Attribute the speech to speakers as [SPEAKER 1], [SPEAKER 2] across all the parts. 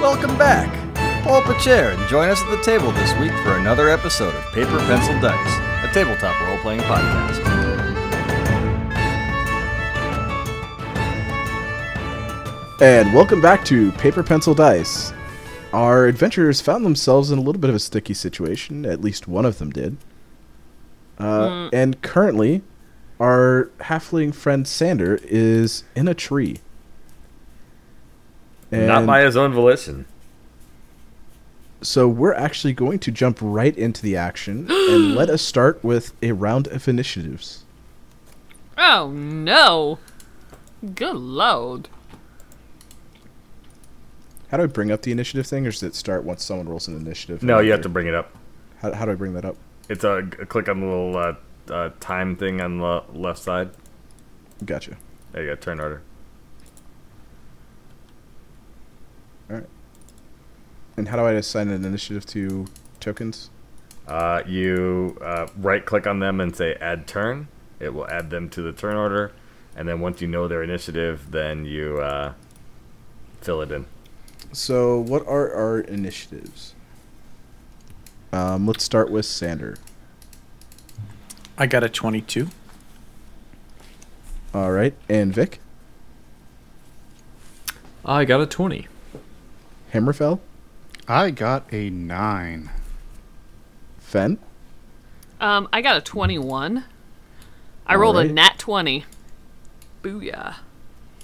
[SPEAKER 1] Welcome back. Pull up a chair and join us at the table this week for another episode of Paper Pencil Dice, a tabletop role playing podcast.
[SPEAKER 2] And welcome back to Paper Pencil Dice. Our adventurers found themselves in a little bit of a sticky situation, at least one of them did.
[SPEAKER 3] Hmm.
[SPEAKER 2] Uh, And currently, our halfling friend Sander is in a tree. And
[SPEAKER 3] Not by his own volition.
[SPEAKER 2] so we're actually going to jump right into the action and let us start with a round of initiatives.
[SPEAKER 4] Oh no! Good lord.
[SPEAKER 2] How do I bring up the initiative thing, or does it start once someone rolls an initiative?
[SPEAKER 3] No, you have to bring it up.
[SPEAKER 2] How, how do I bring that up?
[SPEAKER 3] It's a, a click on the little uh, uh, time thing on the left side.
[SPEAKER 2] Gotcha.
[SPEAKER 3] There you go, turn order.
[SPEAKER 2] And how do I assign an initiative to tokens?
[SPEAKER 3] Uh, you uh, right click on them and say add turn. It will add them to the turn order. And then once you know their initiative, then you uh, fill it in.
[SPEAKER 2] So, what are our initiatives? Um, let's start with Sander.
[SPEAKER 5] I got a 22.
[SPEAKER 2] All right, and Vic,
[SPEAKER 6] I got a 20.
[SPEAKER 2] Hammerfell,
[SPEAKER 7] I got a nine.
[SPEAKER 2] Fen.
[SPEAKER 4] Um, I got a 21. I rolled
[SPEAKER 2] Alright.
[SPEAKER 4] a nat 20. Booyah.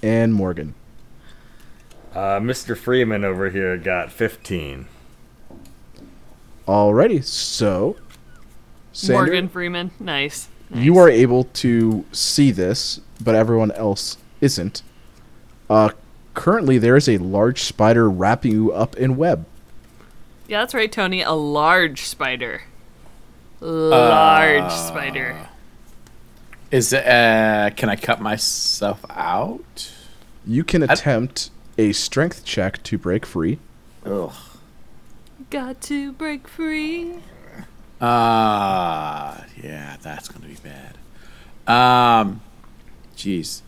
[SPEAKER 2] and Morgan.
[SPEAKER 3] Uh, Mr. Freeman over here got 15.
[SPEAKER 2] Alrighty, so Sander,
[SPEAKER 4] Morgan Freeman. Nice.
[SPEAKER 2] you are able to see this, but everyone else isn't. Uh, currently, there is a large spider wrapping you up in web.
[SPEAKER 4] Yeah, that's right, Tony. A large spider.
[SPEAKER 2] Uh,
[SPEAKER 4] Large spider.
[SPEAKER 5] Is it, uh, can I cut myself out?
[SPEAKER 2] You can attempt a strength check to break free.
[SPEAKER 5] Ugh.
[SPEAKER 4] Got to break free.
[SPEAKER 5] Ah, yeah, that's gonna be bad. Um, jeez,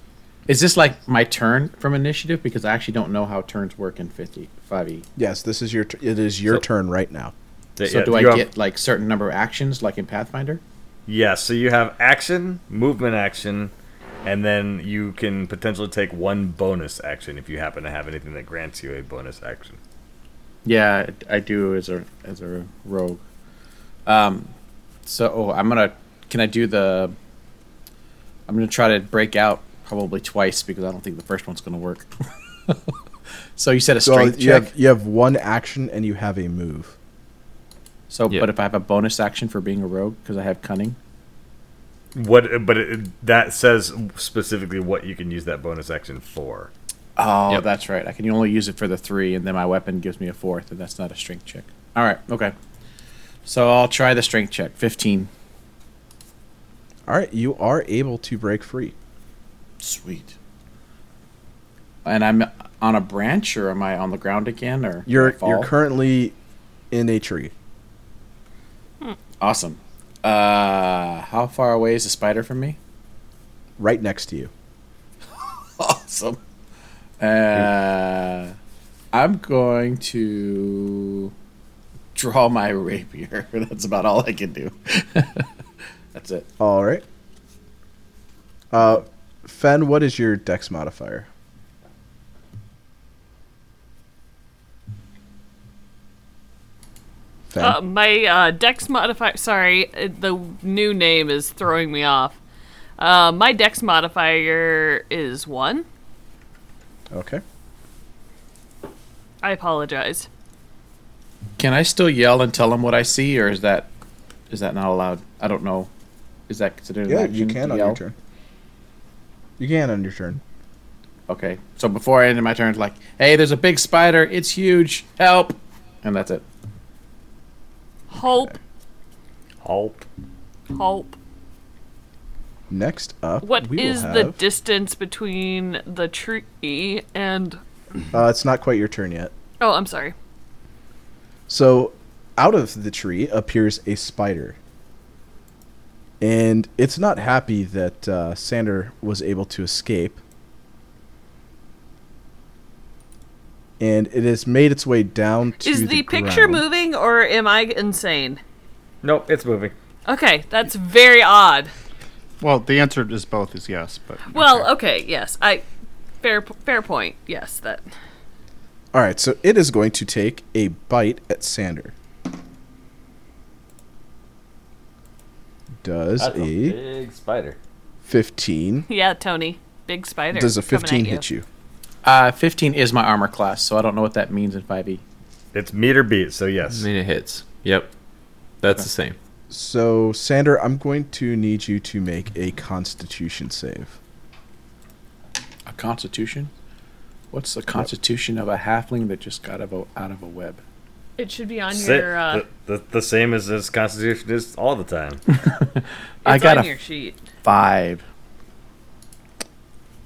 [SPEAKER 5] is this like my turn from initiative? Because I actually don't know how turns work in 50 5e.
[SPEAKER 2] Yes, this is your. T- it is your
[SPEAKER 3] So-
[SPEAKER 2] turn right now.
[SPEAKER 5] So
[SPEAKER 3] Yeah,
[SPEAKER 5] do I
[SPEAKER 3] you have-
[SPEAKER 5] get like certain number of actions, like in Pathfinder?
[SPEAKER 3] Yeah, so you have action, movement action, and then you can potentially take one bonus action if you happen to have anything that grants you a bonus action.
[SPEAKER 5] Yeah, I I do as a as a rogue. Um, so oh, I'm gonna. Can I do the? I'm gonna try to break out probably twice because I don't think the first one's gonna work. so you said a
[SPEAKER 2] So
[SPEAKER 5] strength
[SPEAKER 2] you
[SPEAKER 5] check.
[SPEAKER 2] have you have one action and you have a move.
[SPEAKER 5] so,
[SPEAKER 6] Yeah.
[SPEAKER 5] but if I have a bonus action for being a rogue because I have cunning.
[SPEAKER 3] What? But it, that says specifically what you can use that bonus action for.
[SPEAKER 5] Oh,
[SPEAKER 6] Yep.
[SPEAKER 5] that's right. I can only use it for the three, and then my weapon gives me a fourth, and that's not a strength check. All right, okay. So I'll try the strength check. Fifteen.
[SPEAKER 2] All right, you are able to break free.
[SPEAKER 5] Sweet. And I'm on a branch, or am I on the ground again, or
[SPEAKER 2] You're
[SPEAKER 5] I fall?
[SPEAKER 2] you're currently in a tree.
[SPEAKER 5] awesome. Uh, how far away is the spider from me?
[SPEAKER 2] right next to you.
[SPEAKER 5] Awesome. Uh, I'm going to draw my rapier. That's about all I can do. That's it.
[SPEAKER 2] All right. Uh, Fen, what is your dex modifier? Fen,
[SPEAKER 4] Uh, my uh, dex modifier. Sorry, uh, the new name is throwing me off. Uh, my dex modifier is 1.
[SPEAKER 2] okay.
[SPEAKER 4] I apologize.
[SPEAKER 5] Can I still yell and tell him what I see, or is that is that not allowed? I don't know. Is that considered? an
[SPEAKER 2] Yeah, you
[SPEAKER 5] action to
[SPEAKER 2] can on
[SPEAKER 5] yell?
[SPEAKER 2] your turn. You can on your turn.
[SPEAKER 5] Okay. So before I ended my turn, it's like, hey, there's a big spider. It's huge. Help. And that's it.
[SPEAKER 4] Hope.
[SPEAKER 3] Halt.
[SPEAKER 4] Hope.
[SPEAKER 2] Next up,
[SPEAKER 4] What is
[SPEAKER 2] we will
[SPEAKER 4] the
[SPEAKER 2] have-
[SPEAKER 4] distance between the tree and
[SPEAKER 2] uh, it's not quite your turn yet.
[SPEAKER 4] Oh, I'm sorry.
[SPEAKER 2] So, out of the tree appears a spider. And it's not happy that uh, Sander was able to escape. and it has made its way down to
[SPEAKER 4] Is the,
[SPEAKER 2] the,
[SPEAKER 4] picture
[SPEAKER 2] ground.
[SPEAKER 4] moving or am I insane?
[SPEAKER 3] Nope, it's moving.
[SPEAKER 4] Okay, that's very odd.
[SPEAKER 7] Well, the answer is both is yes, but
[SPEAKER 4] Well, uh, okay, yes, I fair p- fair point. Yes, that
[SPEAKER 2] All right, so it is going to take a bite at Sander. Does
[SPEAKER 3] That's a
[SPEAKER 2] a
[SPEAKER 3] big spider.
[SPEAKER 2] 15
[SPEAKER 4] yeah, Tony, big spider.
[SPEAKER 2] does a
[SPEAKER 4] coming at
[SPEAKER 2] 15 hit you?
[SPEAKER 5] Uh, 15 is my armor class, so I don't know what that means in E. 5e.
[SPEAKER 3] It's meet or beat, so yes.
[SPEAKER 6] I mean, it hits. Yep. That's the same.
[SPEAKER 2] So Sander, I'm going to need you to make a constitution save.
[SPEAKER 5] A constitution? What's the constitution of a halfling that just got out of a, out of a web?
[SPEAKER 4] It should be on
[SPEAKER 3] Sa-
[SPEAKER 4] your. Uh,
[SPEAKER 3] the, the, the same as his constitution is all the time.
[SPEAKER 5] I
[SPEAKER 4] it's
[SPEAKER 5] got
[SPEAKER 4] on
[SPEAKER 5] a-
[SPEAKER 4] your sheet.
[SPEAKER 5] Five.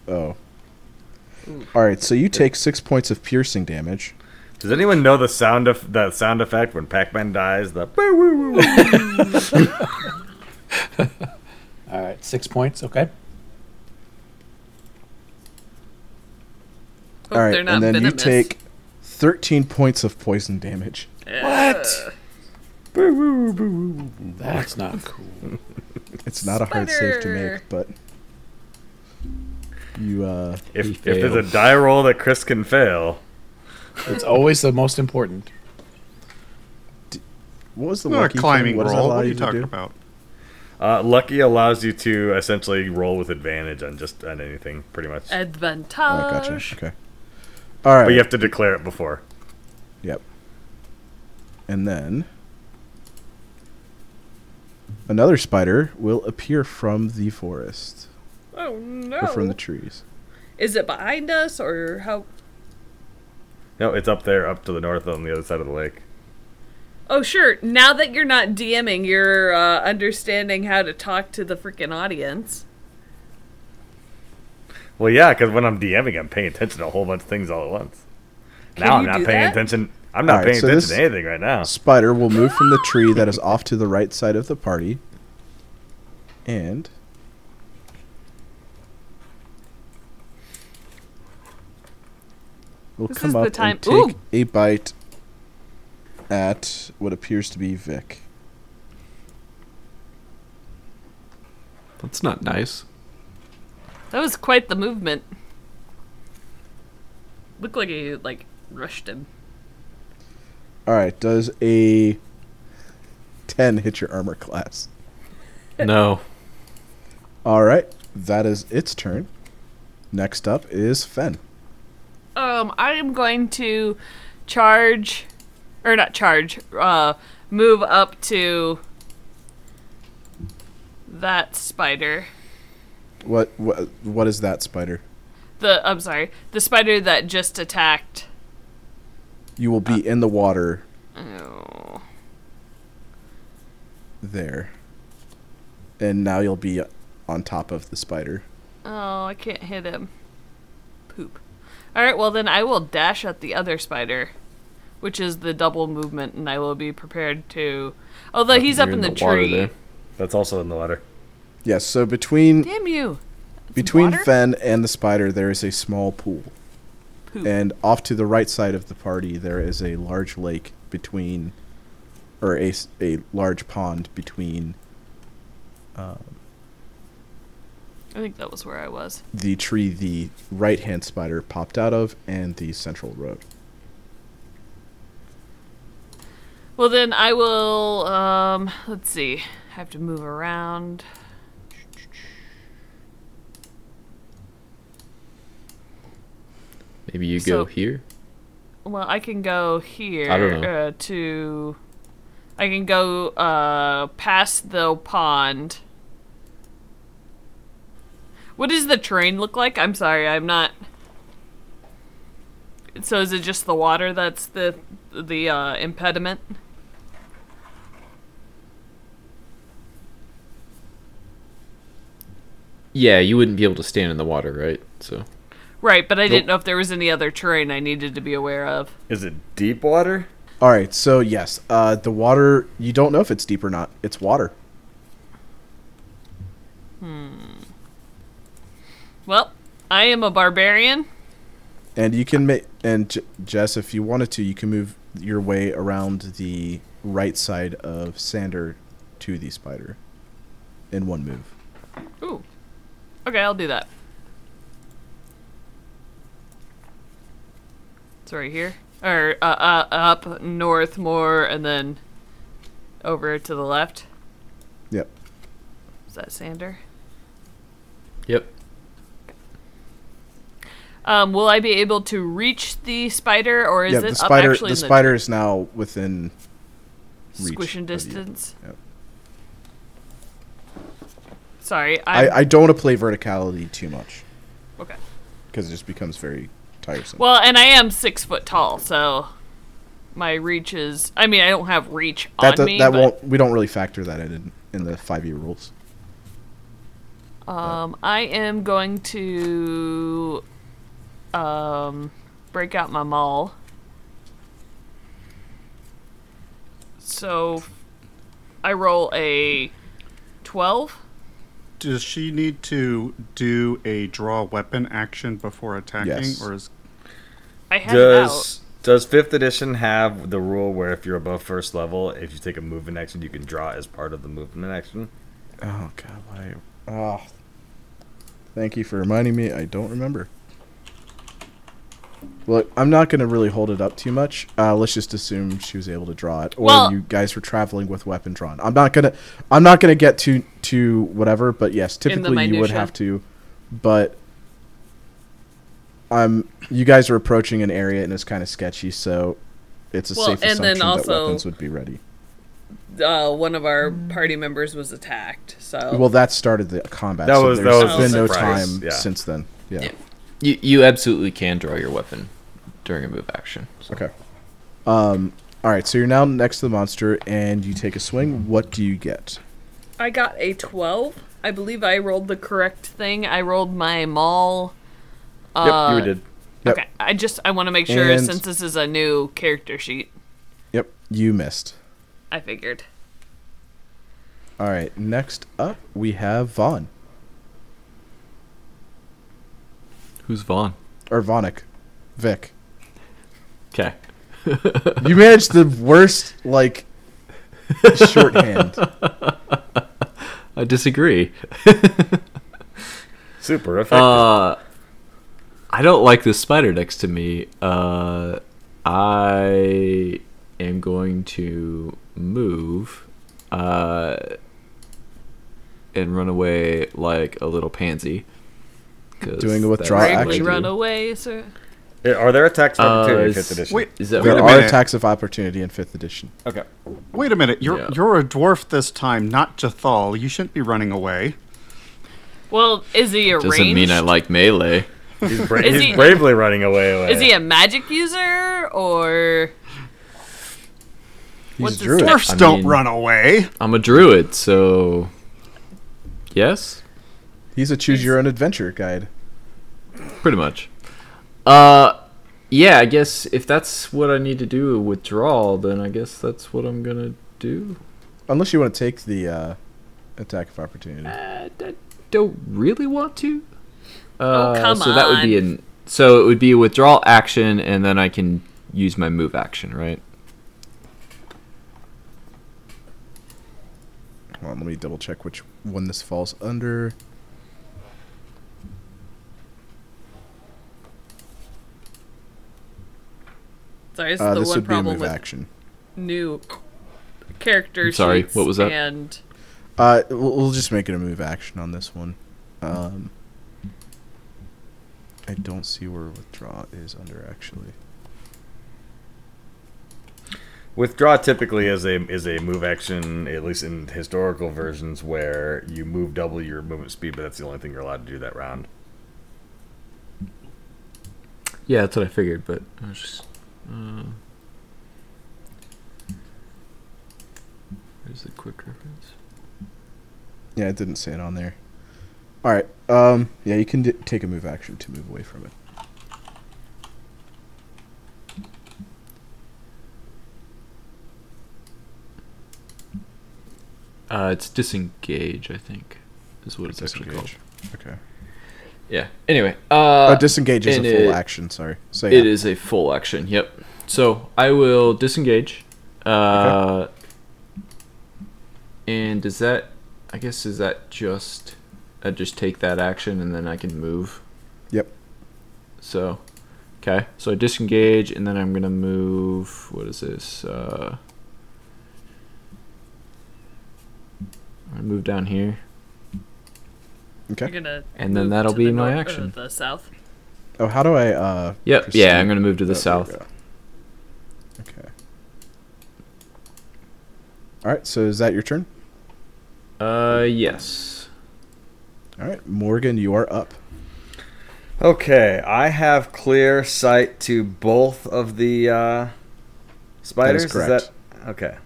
[SPEAKER 2] Oh. All right, so you take 6 points of piercing damage.
[SPEAKER 3] Does anyone know the sound of that sound effect when Pac-Man dies? The boo, woo, woo, woo?
[SPEAKER 5] All right, six points. Okay.
[SPEAKER 4] Hope
[SPEAKER 2] All right,
[SPEAKER 4] Oh, they're not
[SPEAKER 2] and then you
[SPEAKER 4] venomous.
[SPEAKER 2] take 13 points of poison damage.
[SPEAKER 5] What? That's not cool.
[SPEAKER 2] It's not a hard save to
[SPEAKER 4] Spider.
[SPEAKER 2] make, but you uh
[SPEAKER 3] if,
[SPEAKER 6] He
[SPEAKER 3] if there's a
[SPEAKER 6] failed.
[SPEAKER 3] die roll that Chris can fail,
[SPEAKER 5] It's always the most important.
[SPEAKER 2] what was the
[SPEAKER 7] Not a
[SPEAKER 2] lucky thing?
[SPEAKER 7] climbing
[SPEAKER 2] What does that
[SPEAKER 7] roll.
[SPEAKER 2] allow
[SPEAKER 7] What are you
[SPEAKER 2] to
[SPEAKER 7] talking
[SPEAKER 2] do?
[SPEAKER 7] about?
[SPEAKER 3] uh, lucky allows you to essentially roll with advantage on just on anything, pretty much.
[SPEAKER 4] Uh, advantage.
[SPEAKER 2] Oh, gotcha. Okay. All right.
[SPEAKER 3] But you have to declare it before.
[SPEAKER 2] Yep. And then another spider will appear from the forest
[SPEAKER 4] Oh
[SPEAKER 2] or from the
[SPEAKER 4] no!
[SPEAKER 2] trees.
[SPEAKER 4] Is it behind us or how?
[SPEAKER 3] No, it's up there, up to the north on the other side of the lake.
[SPEAKER 4] Oh sure. Now that you're not DMing, you're uh, understanding how to talk to the freaking audience.
[SPEAKER 3] Well, yeah, because when I'm DMing, I'm paying attention to a whole bunch of things all at once.
[SPEAKER 4] Can
[SPEAKER 3] now I'm
[SPEAKER 4] you
[SPEAKER 3] not
[SPEAKER 4] do
[SPEAKER 3] paying
[SPEAKER 4] that?
[SPEAKER 3] attention. I'm not
[SPEAKER 2] Alright,
[SPEAKER 3] paying
[SPEAKER 2] so
[SPEAKER 3] attention
[SPEAKER 2] this-
[SPEAKER 3] to anything right now.
[SPEAKER 2] Spider will move from the tree that is off to the right side of the party. And will
[SPEAKER 4] This
[SPEAKER 2] come
[SPEAKER 4] is the
[SPEAKER 2] up
[SPEAKER 4] time-
[SPEAKER 2] and take
[SPEAKER 4] Ooh.
[SPEAKER 2] a bite at what appears to be Vic.
[SPEAKER 6] That's not nice.
[SPEAKER 4] That was quite the movement. Looked like he like rushed him.
[SPEAKER 2] All right, does a 10 hit your armor class?
[SPEAKER 6] No.
[SPEAKER 2] All right, that is its turn. Next up is Fen.
[SPEAKER 4] Um, I am going to charge, or not charge. Uh, move up to that spider.
[SPEAKER 2] What what what is that spider?
[SPEAKER 4] The I'm sorry, the spider that just attacked.
[SPEAKER 2] You will be in the water
[SPEAKER 4] Oh,
[SPEAKER 2] there. And now you'll be on top of the spider.
[SPEAKER 4] oh, I can't hit him. Poop. All right, well then I will dash at the other spider, which is the double movement, and I will be prepared to. Although Oh, he's up
[SPEAKER 6] You're
[SPEAKER 4] in the,
[SPEAKER 6] water
[SPEAKER 4] tree.
[SPEAKER 6] there.
[SPEAKER 3] That's also in the water.
[SPEAKER 2] Yes, so between
[SPEAKER 4] Damn you!
[SPEAKER 2] between
[SPEAKER 4] water?
[SPEAKER 2] Fen and the spider there is a small pool.
[SPEAKER 4] Poop.
[SPEAKER 2] And off to the right side of the party there is a large lake between or a, s- a large pond between
[SPEAKER 4] I think that was where I was.
[SPEAKER 2] the tree the right hand spider popped out of and the central road.
[SPEAKER 4] Well, then I will. Um, let's see. I have to move around.
[SPEAKER 6] Maybe you
[SPEAKER 4] So-
[SPEAKER 6] go here.
[SPEAKER 4] Well, I can go here
[SPEAKER 6] I don't know.
[SPEAKER 4] Uh, to. I can go uh, past the pond. What does the terrain look like? I'm sorry, I'm not. So is it just the water that's the the uh, impediment?
[SPEAKER 6] Yeah, you wouldn't be able to stand in the water, right? So
[SPEAKER 4] Right, but I didn't know if there was any other terrain I needed to be aware of.
[SPEAKER 3] Is it deep water?
[SPEAKER 2] All right, so yes, uh, the water you don't know if it's deep or not. It's water.
[SPEAKER 4] Well, I am a barbarian.
[SPEAKER 2] And you can make and J- Jess, if you wanted to, you can move your way around the right side of Sander to the spider in one move.
[SPEAKER 4] Ooh. Okay, I'll do that. It's right here. Or uh, uh, up, north more, and then over to the left.
[SPEAKER 2] Yep.
[SPEAKER 4] Is that Sander?
[SPEAKER 6] Yep.
[SPEAKER 4] Um, will I be able to reach the spider, or is
[SPEAKER 2] yeah,
[SPEAKER 4] it
[SPEAKER 2] the spider
[SPEAKER 4] up actually
[SPEAKER 2] the
[SPEAKER 4] in
[SPEAKER 2] spider is now within
[SPEAKER 4] the
[SPEAKER 2] reach
[SPEAKER 4] squishing
[SPEAKER 2] of you.
[SPEAKER 4] distance?
[SPEAKER 2] Yep.
[SPEAKER 4] Sorry,
[SPEAKER 2] I,
[SPEAKER 4] I'm,
[SPEAKER 2] I don't want to play verticality too much
[SPEAKER 4] okay.
[SPEAKER 2] because it just becomes very tiresome.
[SPEAKER 4] Well, and I am six foot tall, so my reach is. I mean, I don't have reach
[SPEAKER 2] that do-
[SPEAKER 4] on me.
[SPEAKER 2] that
[SPEAKER 4] but,
[SPEAKER 2] won't we don't really factor that in in the 5e rules.
[SPEAKER 4] Um, I am going to um break out my maul. So I roll a twelve.
[SPEAKER 7] Does she need to do a draw weapon action before attacking,
[SPEAKER 2] Yes.
[SPEAKER 7] or is
[SPEAKER 4] I had
[SPEAKER 3] Does does fifth edition have the rule where if you're above first level, if you take a movement action, you can draw as part of the movement action?
[SPEAKER 2] Oh god, why? Oh, thank you for reminding me. I don't remember. Look, I'm not gonna really hold it up too much. Uh, let's just assume she was able to draw it, or
[SPEAKER 4] Well-
[SPEAKER 2] you guys were traveling with weapon drawn. I'm not gonna, I'm not gonna get to to whatever. But yes,
[SPEAKER 4] In the
[SPEAKER 2] typically you would
[SPEAKER 4] minutia.
[SPEAKER 2] have to, but um, you guys are approaching an area and it's kind of sketchy, so it's a
[SPEAKER 4] Well,
[SPEAKER 2] safe
[SPEAKER 4] and then
[SPEAKER 2] assumption that
[SPEAKER 4] also-
[SPEAKER 2] weapons would be ready.
[SPEAKER 4] out uh, one of our party members was attacked. So
[SPEAKER 2] Well, that started the combat.
[SPEAKER 3] That
[SPEAKER 2] so
[SPEAKER 3] was- that
[SPEAKER 2] there's
[SPEAKER 4] was
[SPEAKER 2] been no
[SPEAKER 3] surprise,
[SPEAKER 2] time
[SPEAKER 3] yeah.
[SPEAKER 2] since then. Yeah.
[SPEAKER 6] Yeah. You you absolutely can draw your weapon during a move action. So.
[SPEAKER 2] Okay. Um. All right. So you're now next to the monster, and you take a swing. What do you get?
[SPEAKER 4] I got a twelve. I believe I rolled the correct thing. I rolled my maul.
[SPEAKER 3] yep, you did.
[SPEAKER 2] Yep.
[SPEAKER 4] Okay, I just I want to make sure
[SPEAKER 2] And-
[SPEAKER 4] since this is a new character sheet.
[SPEAKER 2] Yep. You missed.
[SPEAKER 4] I figured.
[SPEAKER 2] All right. Next up, we have Vaughn
[SPEAKER 6] Who's Vaughn?
[SPEAKER 2] or Vonic, Vic.
[SPEAKER 6] Okay.
[SPEAKER 2] You managed the worst like shorthand.
[SPEAKER 6] I disagree.
[SPEAKER 3] Super effective.
[SPEAKER 6] Uh, I don't like this spider next to me. Uh, I am going to move uh, and run away like a little pansy. 'cause
[SPEAKER 2] Doing a
[SPEAKER 6] that-
[SPEAKER 2] withdraw Right,
[SPEAKER 4] Bravely
[SPEAKER 2] action.
[SPEAKER 4] run away, sir.
[SPEAKER 3] Yeah, Are there attacks for
[SPEAKER 6] Uh,
[SPEAKER 3] opportunity in
[SPEAKER 6] is-
[SPEAKER 3] fifth edition?
[SPEAKER 7] wait?
[SPEAKER 6] Is that
[SPEAKER 7] Wait
[SPEAKER 2] There
[SPEAKER 7] a
[SPEAKER 2] are
[SPEAKER 7] minute.
[SPEAKER 2] attacks of opportunity in fifth edition.
[SPEAKER 3] Okay.
[SPEAKER 7] Wait a minute. You're
[SPEAKER 6] Yeah.
[SPEAKER 7] you're a dwarf this time, not Jathal. You shouldn't be running away.
[SPEAKER 4] Well, is he a
[SPEAKER 6] doesn't mean I like melee?
[SPEAKER 3] He's, bra-
[SPEAKER 4] Is
[SPEAKER 3] he's
[SPEAKER 4] he-
[SPEAKER 3] bravely running away. away.
[SPEAKER 4] Is he a magic user or
[SPEAKER 2] He's
[SPEAKER 4] What's
[SPEAKER 2] a
[SPEAKER 4] his
[SPEAKER 2] druid.
[SPEAKER 7] Dwarfs
[SPEAKER 6] I
[SPEAKER 7] don't
[SPEAKER 6] mean-
[SPEAKER 7] run away.
[SPEAKER 6] I'm a druid, so yes.
[SPEAKER 2] He's a choose your own adventure guide.
[SPEAKER 6] pretty much. Uh, yeah, I guess if that's what I need to do a withdrawal, then I guess that's what I'm gonna do.
[SPEAKER 2] Unless you want to take the uh, attack of opportunity.
[SPEAKER 6] I, Uh, I don't really want to. Uh,
[SPEAKER 4] come
[SPEAKER 6] so that would be an so it would be a withdrawal action, and then I can use my move action, right?
[SPEAKER 2] Hold on, let me double check which one this falls under.
[SPEAKER 4] sorry, this is
[SPEAKER 2] Uh,
[SPEAKER 4] the
[SPEAKER 2] this
[SPEAKER 4] one
[SPEAKER 2] would be a
[SPEAKER 4] problem
[SPEAKER 2] move
[SPEAKER 4] with
[SPEAKER 2] action.
[SPEAKER 4] new character
[SPEAKER 6] I'm sorry,
[SPEAKER 4] sheets
[SPEAKER 6] what was that?
[SPEAKER 4] And
[SPEAKER 2] Uh, we'll, we'll just make it a move action on this one. Um, I don't see where withdraw is under actually.
[SPEAKER 3] Withdraw typically is a is a move action, at least in historical versions, where you move double your movement speed, but that's the only thing you're allowed to do that round.
[SPEAKER 6] Yeah, that's what I figured, but I was just. Uh, where's the quick reference?
[SPEAKER 2] Yeah, it didn't say it on there. All right. Um, yeah, you can d- take a move action to move away from it.
[SPEAKER 6] Uh, it's disengage, I think, is what it's actually called.
[SPEAKER 2] Disengage. Okay.
[SPEAKER 6] Yeah. Anyway, uh,
[SPEAKER 2] oh, disengage is a
[SPEAKER 6] and
[SPEAKER 2] full
[SPEAKER 6] it-
[SPEAKER 2] action. Sorry. So
[SPEAKER 6] It
[SPEAKER 2] yeah.
[SPEAKER 6] is a full action. Yep. So I will disengage. Uh, And does that? I guess is that just? I just take that action and then I can move.
[SPEAKER 2] Yep.
[SPEAKER 6] So, okay. So I disengage and then I'm gonna move. What is this? Uh, I move down here
[SPEAKER 2] Okay.
[SPEAKER 4] You're gonna
[SPEAKER 6] and then
[SPEAKER 4] move
[SPEAKER 6] that'll
[SPEAKER 4] to
[SPEAKER 6] be
[SPEAKER 4] the
[SPEAKER 6] my
[SPEAKER 4] nor- or
[SPEAKER 6] action.
[SPEAKER 4] the south.
[SPEAKER 2] Oh, how do I? uh
[SPEAKER 6] Yep.
[SPEAKER 2] proceed?
[SPEAKER 6] Yeah, I'm gonna move to the
[SPEAKER 2] Oh, there we
[SPEAKER 6] south.
[SPEAKER 2] go. Okay. All right. So is that your turn?
[SPEAKER 6] Uh, yes.
[SPEAKER 2] All right, Morgan, you are up.
[SPEAKER 1] Okay, I have clear sight to both of the uh, spiders.
[SPEAKER 2] correct.
[SPEAKER 1] that okay?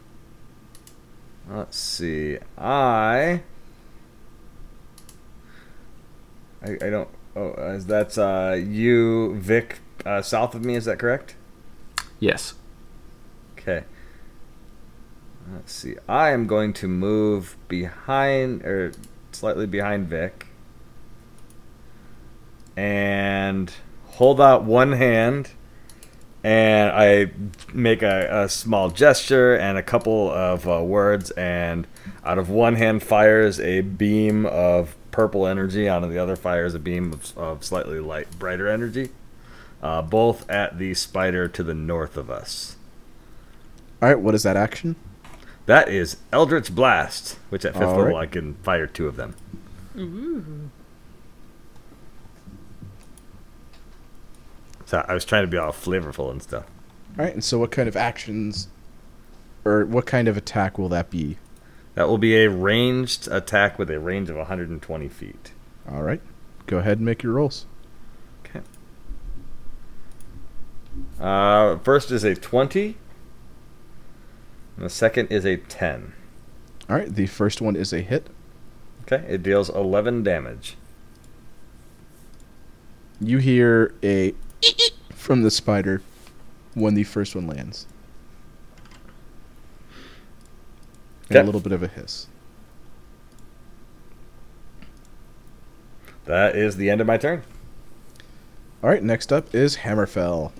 [SPEAKER 1] Let's see. I I, I don't. Oh, is that's uh, you, Vic, uh, south of me? Is that correct?
[SPEAKER 6] Yes.
[SPEAKER 1] Okay. Let's see. I am going to move behind, or slightly behind Vic, and hold out one hand, and I make a, a small gesture and a couple of uh, words, and out of one hand fires a beam of purple energy, out of the other fires a beam of, of slightly light, brighter energy, uh, both at the spider to the north of us.
[SPEAKER 2] All right, what is that action?
[SPEAKER 1] That is Eldritch Blast, which at fifth
[SPEAKER 2] All
[SPEAKER 1] level
[SPEAKER 2] right.
[SPEAKER 1] I can fire two of them. So I was trying to be all flavorful and stuff.
[SPEAKER 2] All right, and so what kind of actions or what kind of attack will that be?
[SPEAKER 1] That will be a ranged attack with a range of 120 feet.
[SPEAKER 2] All right, go ahead and make your rolls.
[SPEAKER 1] Okay. Uh, first is a 20, and the second is a 10.
[SPEAKER 2] All right, the first one is a hit.
[SPEAKER 1] Okay, it deals 11 damage.
[SPEAKER 2] You hear a from the spider when the first one lands. And
[SPEAKER 1] Okay.
[SPEAKER 2] a little bit of a hiss.
[SPEAKER 1] That is the end of my turn.
[SPEAKER 2] All right, next up is Hammerfell.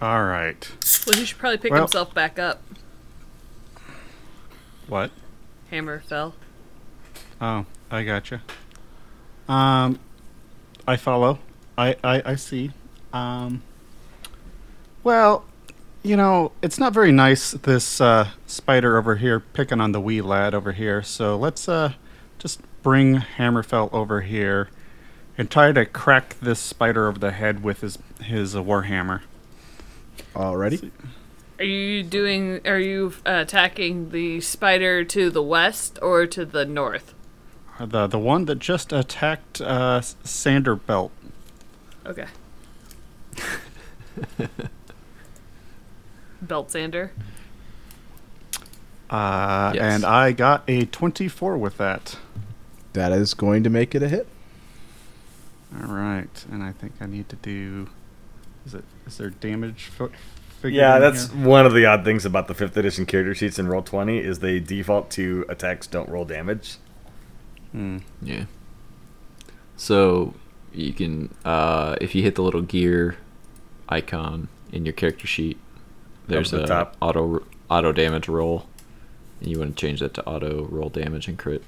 [SPEAKER 7] All right.
[SPEAKER 4] Well, he should probably pick
[SPEAKER 7] Well-
[SPEAKER 4] himself back up.
[SPEAKER 7] What?
[SPEAKER 4] Hammer fell.
[SPEAKER 7] Oh, I gotcha. Um, I follow. I, I, I see. Um, well, you know, it's not very nice, this uh, spider over here picking on the wee lad over here. So let's uh, just bring Hammerfell over here and try to crack this spider over the head with his, his uh, warhammer.
[SPEAKER 2] Alrighty.
[SPEAKER 4] Are you doing? Are you uh, attacking the spider to the west or to the north?
[SPEAKER 7] The, the one that just attacked uh, S- Sanderbelt.
[SPEAKER 4] Okay. Belt sander.
[SPEAKER 7] Uh,
[SPEAKER 6] Yes.
[SPEAKER 7] And I got a 24 with that.
[SPEAKER 2] That is going to make it a hit.
[SPEAKER 7] All right, and I think I need to do. Is it? Is there damage? Fi- figured
[SPEAKER 1] Yeah,
[SPEAKER 7] in
[SPEAKER 1] that's
[SPEAKER 7] here?
[SPEAKER 1] one of the odd things about the fifth edition character sheets in Roll Twenty is they default to attacks don't roll damage.
[SPEAKER 7] Hmm.
[SPEAKER 6] Yeah. So you can, uh, if you hit the little gear icon in your character sheet, there's
[SPEAKER 1] Up at
[SPEAKER 6] a
[SPEAKER 1] the top.
[SPEAKER 6] auto auto damage roll, and you want to change that to auto roll damage and crit.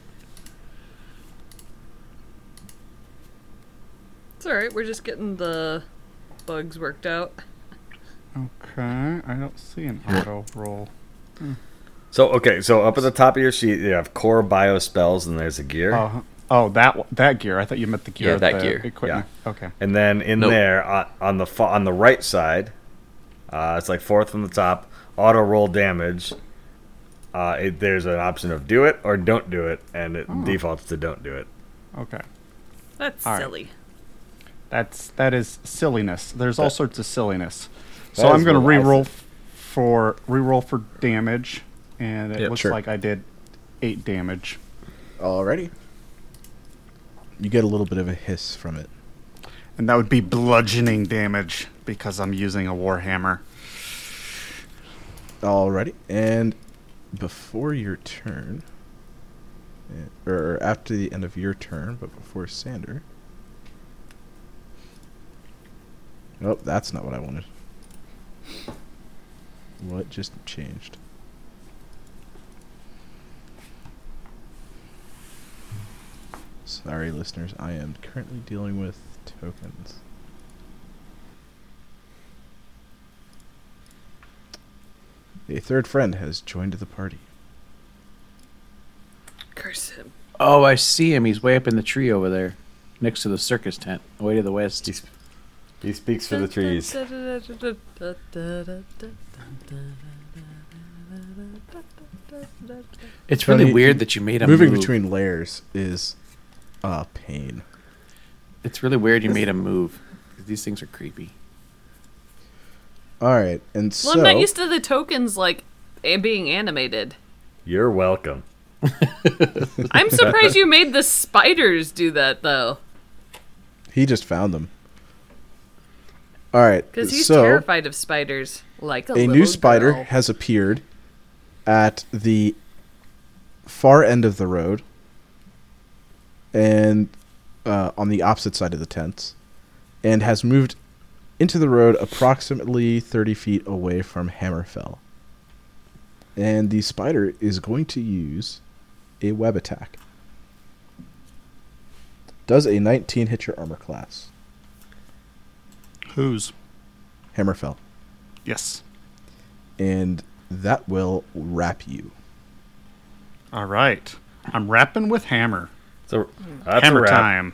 [SPEAKER 4] It's all right. We're just getting the bugs worked out.
[SPEAKER 7] Okay, I don't see an auto roll.
[SPEAKER 1] So okay, so up at the top of your sheet you have core bio spells and there's a gear,
[SPEAKER 7] Oh, oh, that one- that gear. I thought you meant the gear.
[SPEAKER 6] Yeah,
[SPEAKER 7] of
[SPEAKER 6] that
[SPEAKER 7] the
[SPEAKER 6] gear.
[SPEAKER 7] Equipment. Okay.
[SPEAKER 1] and then in
[SPEAKER 6] Nope.
[SPEAKER 1] there on, on the fa- on the right side, uh, it's like fourth from the top, auto roll damage. Uh, it, there's an option of do it or don't do it, and it
[SPEAKER 3] Oh.
[SPEAKER 1] defaults to don't do it.
[SPEAKER 7] Okay.
[SPEAKER 4] That's
[SPEAKER 7] All right.
[SPEAKER 4] silly.
[SPEAKER 7] That's that is silliness. There's all sorts of silliness. So
[SPEAKER 1] that
[SPEAKER 7] I'm
[SPEAKER 1] is
[SPEAKER 7] going to
[SPEAKER 1] what I
[SPEAKER 7] re-roll
[SPEAKER 1] said.
[SPEAKER 7] f- for re-roll for damage, and it
[SPEAKER 6] Yep.
[SPEAKER 7] looks
[SPEAKER 2] Sure.
[SPEAKER 7] like I did eight damage.
[SPEAKER 2] Alrighty. You get a little bit of a hiss from it.
[SPEAKER 7] And that would be bludgeoning damage because I'm using a warhammer.
[SPEAKER 2] Alrighty, and before your turn, eh, or after the end of your turn, but before Sander, Oh, that's not what I wanted. What just changed? Sorry, listeners. I am currently dealing with tokens. A third friend has joined the party.
[SPEAKER 4] Curse him.
[SPEAKER 5] Oh, I see him. He's way up in the tree over there, next to the circus tent, way to the west.
[SPEAKER 3] He's- He speaks for the trees.
[SPEAKER 5] It's
[SPEAKER 2] Funny,
[SPEAKER 5] really weird that you made him
[SPEAKER 2] Moving
[SPEAKER 5] move.
[SPEAKER 2] between layers is a pain.
[SPEAKER 5] It's really weird you made him move. 'cause These things are creepy.
[SPEAKER 2] All right, and
[SPEAKER 4] Well,
[SPEAKER 2] so
[SPEAKER 4] I'm not used to the tokens like eh, being animated.
[SPEAKER 1] You're welcome.
[SPEAKER 4] I'm surprised you made the spiders do that though,
[SPEAKER 2] he just found them. All right,
[SPEAKER 4] because he's
[SPEAKER 2] so
[SPEAKER 4] terrified of spiders. Like a,
[SPEAKER 2] a new
[SPEAKER 4] little
[SPEAKER 2] spider
[SPEAKER 4] girl.
[SPEAKER 2] has appeared at the far end of the road and uh, on the opposite side of the tents and has moved into the road approximately 30 feet away from Hammerfell. And the spider is going to use a web attack. Does a 19 hit your armor class?
[SPEAKER 7] Who's?
[SPEAKER 2] Hammerfell.
[SPEAKER 7] Yes.
[SPEAKER 2] And that will wrap you.
[SPEAKER 7] All right. I'm rapping with hammer.
[SPEAKER 1] So that's a
[SPEAKER 7] hammer
[SPEAKER 1] wrap.
[SPEAKER 7] time.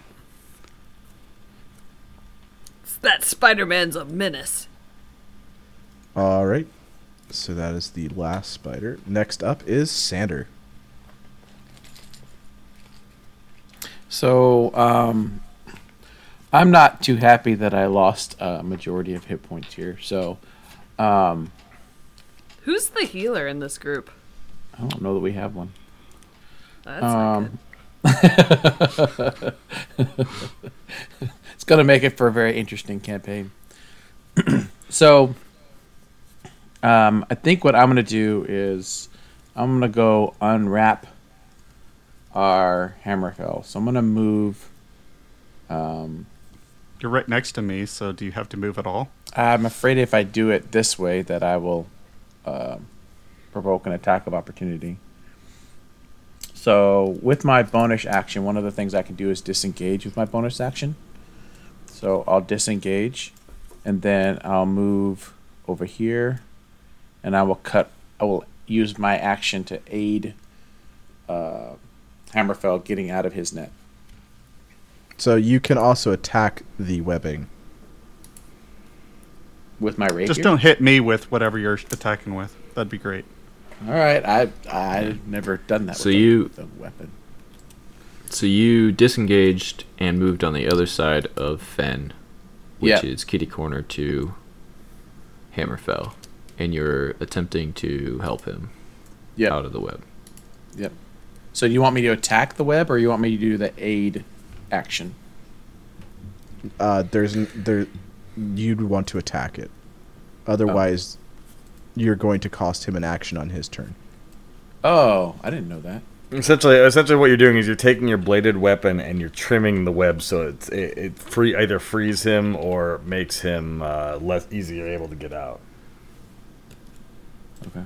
[SPEAKER 4] That Spider Man's a menace.
[SPEAKER 2] All right. So that is the last spider. Next up is Sander.
[SPEAKER 5] So, um, I'm not too happy that I lost a majority of hit points here. So, um,
[SPEAKER 4] Who's the healer in this group?
[SPEAKER 5] I don't know that we have one.
[SPEAKER 4] That's not good.
[SPEAKER 5] It's going to make it for a very interesting campaign. so, um, I think what I'm going to do is I'm going to go unwrap our Hammerfell. So, I'm going to move.
[SPEAKER 7] You're right next to me, so do you have to move at all?
[SPEAKER 5] I'm afraid if I do it this way, that I will uh, provoke an attack of opportunity. So, with my bonus action, one of the things I can do is disengage with my bonus action. So, I'll disengage, and then I'll move over here, and I will cut. I will use my action to aid uh, Hammerfell getting out of his net.
[SPEAKER 2] So you can also attack the webbing.
[SPEAKER 5] With my rapier.
[SPEAKER 7] Just don't hit me with whatever you're attacking with. That'd be great.
[SPEAKER 5] All right, I I've never done that.
[SPEAKER 6] So
[SPEAKER 5] with a-
[SPEAKER 6] you-
[SPEAKER 5] with a weapon.
[SPEAKER 6] So you disengaged and moved on the other side of Fen, which
[SPEAKER 5] Yeah.
[SPEAKER 6] is kitty corner to Hammerfell, and you're attempting to help him
[SPEAKER 5] Yeah.
[SPEAKER 6] out of the web.
[SPEAKER 5] Yep. So you want me to attack the web, or you want me to do the aid action?
[SPEAKER 2] Uh, there's n- there, you'd want to attack it. Otherwise, you're going to cost him an action on his turn.
[SPEAKER 5] Oh, I didn't know that.
[SPEAKER 1] Essentially, essentially, what you're doing is you're taking your bladed weapon and you're trimming the web so it's, it it free either frees him or makes him uh, less easier able to get out.
[SPEAKER 5] Okay.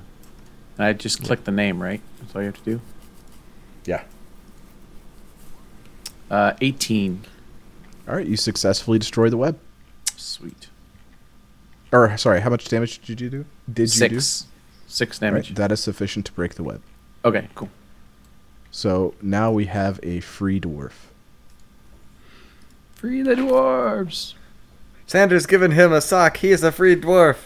[SPEAKER 5] And I just click the name, right? That's all you have to do.
[SPEAKER 1] Yeah.
[SPEAKER 5] Uh, 18.
[SPEAKER 2] All right, you successfully destroy the web.
[SPEAKER 5] Sweet.
[SPEAKER 2] Or sorry, how much damage did you do? Did you do?
[SPEAKER 5] Six. Six
[SPEAKER 2] All
[SPEAKER 5] damage.
[SPEAKER 2] Right, that is sufficient to break the web.
[SPEAKER 5] okay, cool.
[SPEAKER 2] So now we have a free dwarf.
[SPEAKER 5] Free the dwarves.
[SPEAKER 1] Sanders giving him a sock. He is a free dwarf.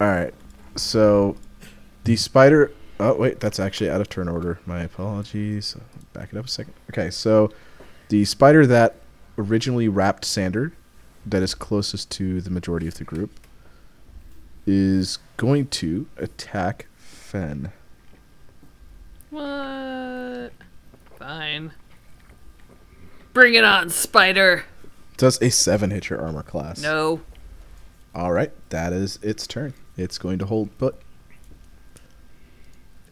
[SPEAKER 2] All right. So the spider. Oh wait, that's actually out of turn order. My apologies. Back it up a second. Okay, so the spider that originally wrapped Sander, that is closest to the majority of the group, is going to attack Fen.
[SPEAKER 4] What? Fine. Bring it on, spider.
[SPEAKER 2] Does a seven hit your armor class?
[SPEAKER 4] No.
[SPEAKER 2] All right, that is its turn. It's going to hold put.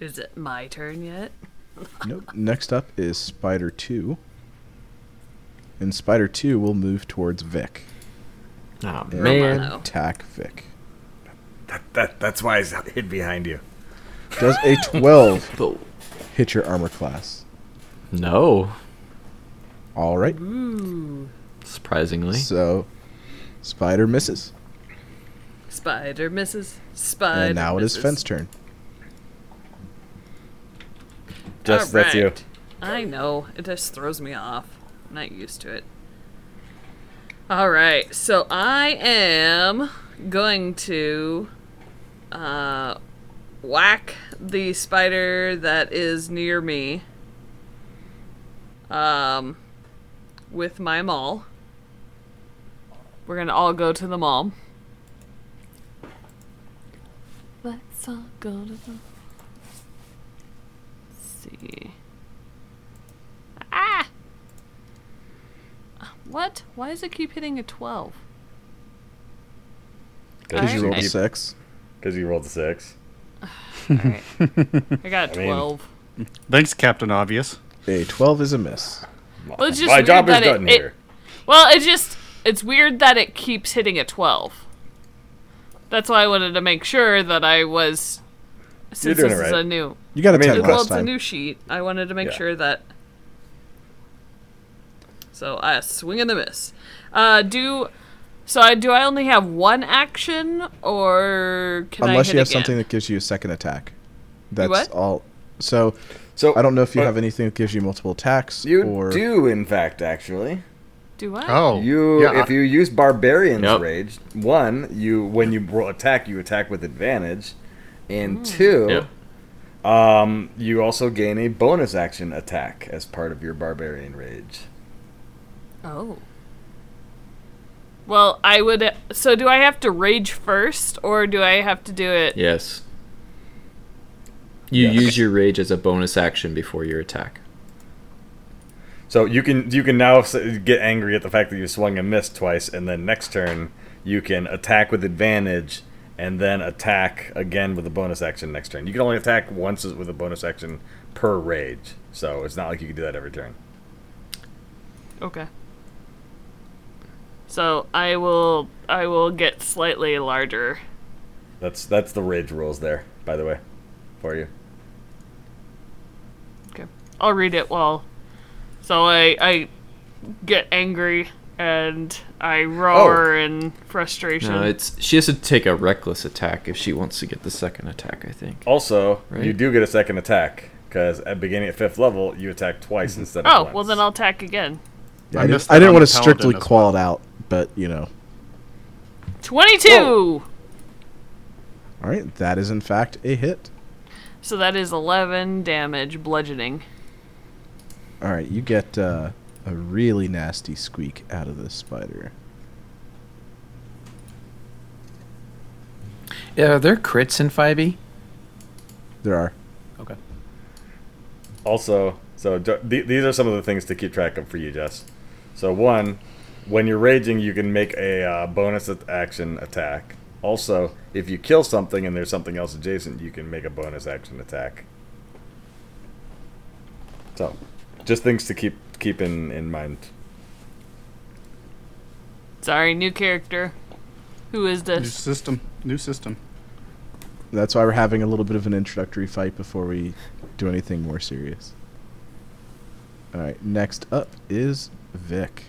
[SPEAKER 4] Is it my turn yet?
[SPEAKER 2] Nope. Next up is Spider 2. And Spider 2 will move towards Vic.
[SPEAKER 6] Oh
[SPEAKER 2] and
[SPEAKER 6] man.
[SPEAKER 4] Romano.
[SPEAKER 2] Attack Vic.
[SPEAKER 3] That, that, that's why he's hid behind you.
[SPEAKER 2] Does a 12
[SPEAKER 6] But
[SPEAKER 2] hit your armor class?
[SPEAKER 6] no,
[SPEAKER 2] All right.
[SPEAKER 4] Mm-hmm. Ooh,
[SPEAKER 6] surprisingly.
[SPEAKER 2] So Spider misses.
[SPEAKER 4] spider misses. Spider.
[SPEAKER 2] And now it is
[SPEAKER 4] Uh, misses.
[SPEAKER 2] Fence turn.
[SPEAKER 1] Just that's you.
[SPEAKER 4] Alright. I know. It just throws me off. I'm not used to it. All right. So I am going to uh, whack the spider that is near me um, with my maul. We're going to all go to the mall. Let's all go to the see. Ah! What? Why does it keep hitting a 12?
[SPEAKER 2] Because
[SPEAKER 4] Alright.
[SPEAKER 2] you rolled a
[SPEAKER 4] Nice.
[SPEAKER 2] 6.
[SPEAKER 1] Because you rolled a six.
[SPEAKER 4] Alright. I got a
[SPEAKER 1] I mean-
[SPEAKER 4] 12.
[SPEAKER 7] Thanks, Captain Obvious.
[SPEAKER 2] A 12 is a miss.
[SPEAKER 4] well, it's just
[SPEAKER 1] My
[SPEAKER 4] weird
[SPEAKER 1] job is
[SPEAKER 4] that it-
[SPEAKER 1] done
[SPEAKER 4] it-
[SPEAKER 1] here.
[SPEAKER 4] Well, it just. It's weird that it keeps hitting a 12. That's why I wanted to make sure that I was. Since
[SPEAKER 1] doing
[SPEAKER 4] this
[SPEAKER 1] it
[SPEAKER 4] is
[SPEAKER 1] right.
[SPEAKER 4] a new.
[SPEAKER 2] You got a
[SPEAKER 1] I mean,
[SPEAKER 2] 10
[SPEAKER 1] it's
[SPEAKER 4] Well,
[SPEAKER 2] last
[SPEAKER 4] it's a
[SPEAKER 2] time.
[SPEAKER 4] new sheet. I wanted to make
[SPEAKER 1] Yeah.
[SPEAKER 4] sure that. So I swing and a miss. Uh, do so. I do. I only have one action, or can
[SPEAKER 2] Unless
[SPEAKER 4] I hit
[SPEAKER 2] you have
[SPEAKER 4] again?
[SPEAKER 2] something that gives you a second attack. That's
[SPEAKER 4] what?
[SPEAKER 2] all. So
[SPEAKER 1] So
[SPEAKER 2] I don't know if you
[SPEAKER 1] but
[SPEAKER 2] have anything that gives you multiple attacks
[SPEAKER 1] You
[SPEAKER 2] or
[SPEAKER 1] do, in fact, actually.
[SPEAKER 4] Do I?
[SPEAKER 7] Oh,
[SPEAKER 1] You,
[SPEAKER 7] yeah,
[SPEAKER 1] if you use Barbarian's
[SPEAKER 6] Yep.
[SPEAKER 1] Rage, one, you when you roll attack, you attack with advantage, and
[SPEAKER 4] Hmm.
[SPEAKER 1] two, um, you also gain a bonus action attack as part of your Barbarian Rage.
[SPEAKER 4] Oh. Well, I would. So do I have to rage first, or do I have to do it?
[SPEAKER 6] Yes. You
[SPEAKER 1] Yes.
[SPEAKER 6] use your rage as a bonus action before your attack.
[SPEAKER 1] So you can you can now s- get angry at the fact that you swung and missed twice, and then next turn you can attack with advantage, and then attack again with a bonus action next turn. You can only attack once with a bonus action per rage, so it's not like you can do that every turn.
[SPEAKER 4] Okay. So I will. I will get slightly larger.
[SPEAKER 1] That's that's the rage rules there, by the way, for you.
[SPEAKER 4] Okay. I'll read it well. So I I get angry and I roar in frustration.
[SPEAKER 6] Oh. No, it's she has to take a reckless attack if she wants to get the second attack. I think.
[SPEAKER 1] Also, you
[SPEAKER 6] Right.
[SPEAKER 1] do get a second attack because at beginning at fifth level you attack twice instead of
[SPEAKER 4] oh,
[SPEAKER 1] once.
[SPEAKER 4] well then I'll attack again.
[SPEAKER 2] Yeah,
[SPEAKER 7] I
[SPEAKER 2] I,
[SPEAKER 7] missed
[SPEAKER 2] didn't,
[SPEAKER 7] that
[SPEAKER 2] I didn't
[SPEAKER 7] on
[SPEAKER 2] want to
[SPEAKER 7] the paladin
[SPEAKER 2] strictly
[SPEAKER 7] as
[SPEAKER 2] call it out, but you know.
[SPEAKER 4] 22.
[SPEAKER 6] Oh.
[SPEAKER 2] All right, that is in fact a hit.
[SPEAKER 4] So that is 11 damage bludgeoning.
[SPEAKER 2] All right, you get uh, a really nasty squeak out of this spider.
[SPEAKER 5] Yeah, are there crits in E? 5e?
[SPEAKER 2] There are.
[SPEAKER 5] Okay.
[SPEAKER 1] Also, so ju- th- these are some of the things to keep track of for you, Jess. So one, when you're raging, you can make a uh, bonus at- action attack. Also, if you kill something and there's something else adjacent, you can make a bonus action attack. So, just things to keep keep in, in mind.
[SPEAKER 4] Sorry, new character. Who is
[SPEAKER 7] new
[SPEAKER 4] this?
[SPEAKER 7] system. New system.
[SPEAKER 2] That's why we're having a little bit of an introductory fight before we do anything more serious. All right, next up is Vic.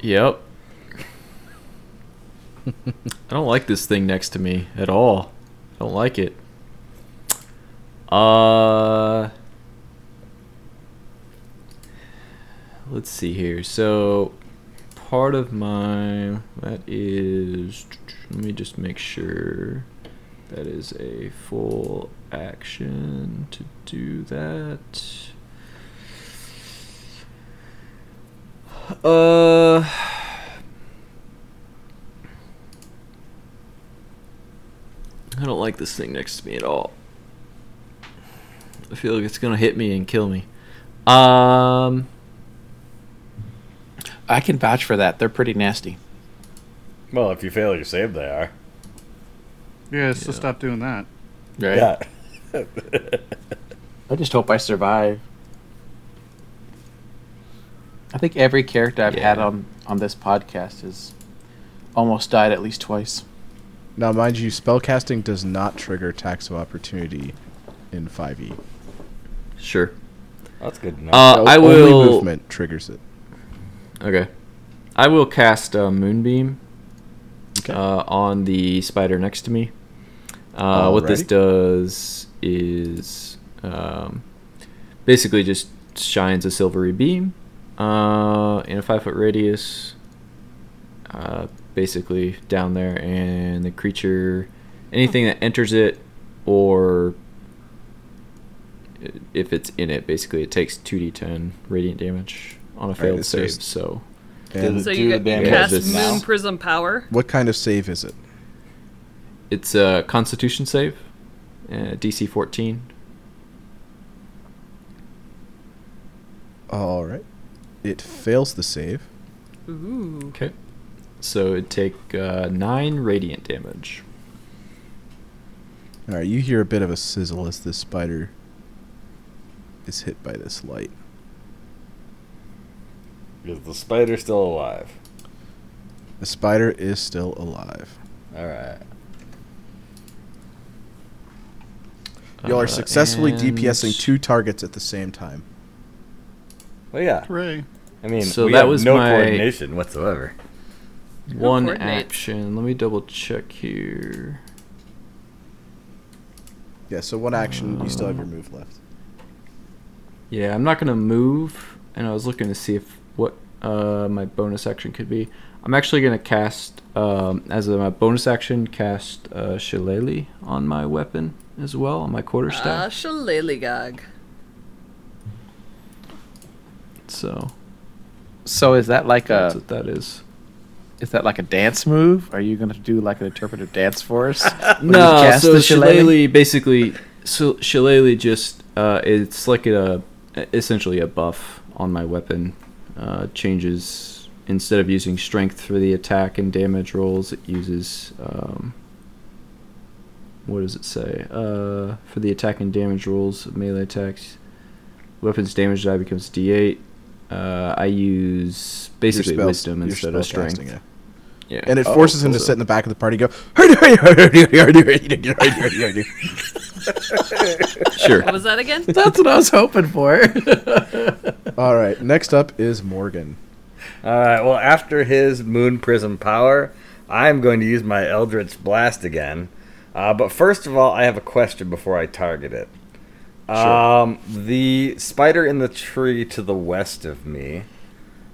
[SPEAKER 6] Yep. I don't like this thing next to me at all. I don't like it. Uh Let's see here. So part of my that is let me just make sure that is a full action to do that. Uh, I don't like this thing next to me at all. I feel like it's gonna hit me and kill me. Um,
[SPEAKER 5] I can vouch for that. They're pretty nasty.
[SPEAKER 1] Well, if you fail, you're saved. They are.
[SPEAKER 7] Yeah, so
[SPEAKER 6] Yeah.
[SPEAKER 7] stop doing that.
[SPEAKER 5] Right?
[SPEAKER 1] Yeah.
[SPEAKER 5] I just hope I survive. I think every character I've had
[SPEAKER 6] Yeah.
[SPEAKER 5] on on this podcast has almost died at least twice.
[SPEAKER 2] Now, mind you, spellcasting does not trigger tax of opportunity in E. 5e.
[SPEAKER 6] Sure.
[SPEAKER 1] That's good enough.
[SPEAKER 6] Uh,
[SPEAKER 2] So
[SPEAKER 6] I
[SPEAKER 2] only
[SPEAKER 6] will.
[SPEAKER 2] movement triggers it.
[SPEAKER 6] Okay. I will cast uh, Moonbeam
[SPEAKER 2] Okay.
[SPEAKER 6] uh, on the spider next to me. Uh, what this
[SPEAKER 2] Alrighty.
[SPEAKER 6] does is um, basically just shines a silvery beam uh, in a five foot radius, uh, basically down there, and the creature, anything that enters it or if it's in it, basically it takes 2d10 radiant damage on a failed
[SPEAKER 2] it's
[SPEAKER 6] save.
[SPEAKER 2] serious.
[SPEAKER 6] So
[SPEAKER 2] and
[SPEAKER 4] So
[SPEAKER 5] Do
[SPEAKER 4] you
[SPEAKER 5] the
[SPEAKER 4] get-
[SPEAKER 5] damage
[SPEAKER 4] you cast
[SPEAKER 6] this
[SPEAKER 4] Moon
[SPEAKER 6] now.
[SPEAKER 4] Prism Power.
[SPEAKER 2] what kind of save is it?
[SPEAKER 6] it's a Constitution save, uh, DC 14.
[SPEAKER 2] All right. It fails the save.
[SPEAKER 4] Ooh.
[SPEAKER 6] Okay. So it'd take uh, nine radiant damage.
[SPEAKER 2] All right, you hear a bit of a sizzle as this spider is hit by this light.
[SPEAKER 1] Is the spider still alive?
[SPEAKER 2] The spider is still alive.
[SPEAKER 1] All right.
[SPEAKER 2] Y'all
[SPEAKER 6] Uh,
[SPEAKER 2] are successfully
[SPEAKER 6] and-
[SPEAKER 2] DPSing two targets at the same time.
[SPEAKER 1] Well, yeah.
[SPEAKER 7] Hooray.
[SPEAKER 1] I mean,
[SPEAKER 6] So
[SPEAKER 1] we
[SPEAKER 6] that
[SPEAKER 1] have
[SPEAKER 6] was
[SPEAKER 1] no
[SPEAKER 6] my-
[SPEAKER 1] coordination whatsoever.
[SPEAKER 6] One
[SPEAKER 4] coordinates?
[SPEAKER 6] action. Let me double check here.
[SPEAKER 2] Yeah, so one action, you still have your move left.
[SPEAKER 6] Yeah, I'm not gonna move, and I was looking to see if what uh, my bonus action could be. I'm actually gonna cast um, as a my bonus action cast uh, Shillelagh on my weapon as well on my
[SPEAKER 4] Ah,
[SPEAKER 6] quarterstaff.
[SPEAKER 4] shillelagh.
[SPEAKER 6] so
[SPEAKER 5] So is that like
[SPEAKER 6] that's
[SPEAKER 5] a
[SPEAKER 6] what that is.
[SPEAKER 5] is that like a dance move? Are you gonna do like an interpretive dance for us? when you
[SPEAKER 6] no,
[SPEAKER 5] cast
[SPEAKER 6] so
[SPEAKER 5] the
[SPEAKER 6] shillelagh?
[SPEAKER 5] shillelagh?
[SPEAKER 6] basically, so shillelagh just uh, it's like a essentially a buff on my weapon. Uh, changes instead of using strength for the attack and damage rolls, it uses um, what does it say uh, for the attack and damage rolls of melee attacks. Weapons damage die becomes D8. Uh, I use
[SPEAKER 2] Your
[SPEAKER 6] basically
[SPEAKER 2] spells-
[SPEAKER 6] wisdom
[SPEAKER 2] your
[SPEAKER 6] instead of
[SPEAKER 2] spellcasting,
[SPEAKER 6] strength.
[SPEAKER 2] yeah.
[SPEAKER 6] Yeah.
[SPEAKER 2] And it
[SPEAKER 1] Oh,
[SPEAKER 2] forces him to
[SPEAKER 6] so-
[SPEAKER 2] sit in the back of the party and go.
[SPEAKER 6] Sure.
[SPEAKER 4] What was that again?
[SPEAKER 5] That's what I was hoping for.
[SPEAKER 2] All right, next up is Morgan.
[SPEAKER 1] All right. Well, after his moon prism power, I'm going to use my eldritch blast again. Uh, but first of all, I have a question before I target it. Um, the spider in the tree to the west of me,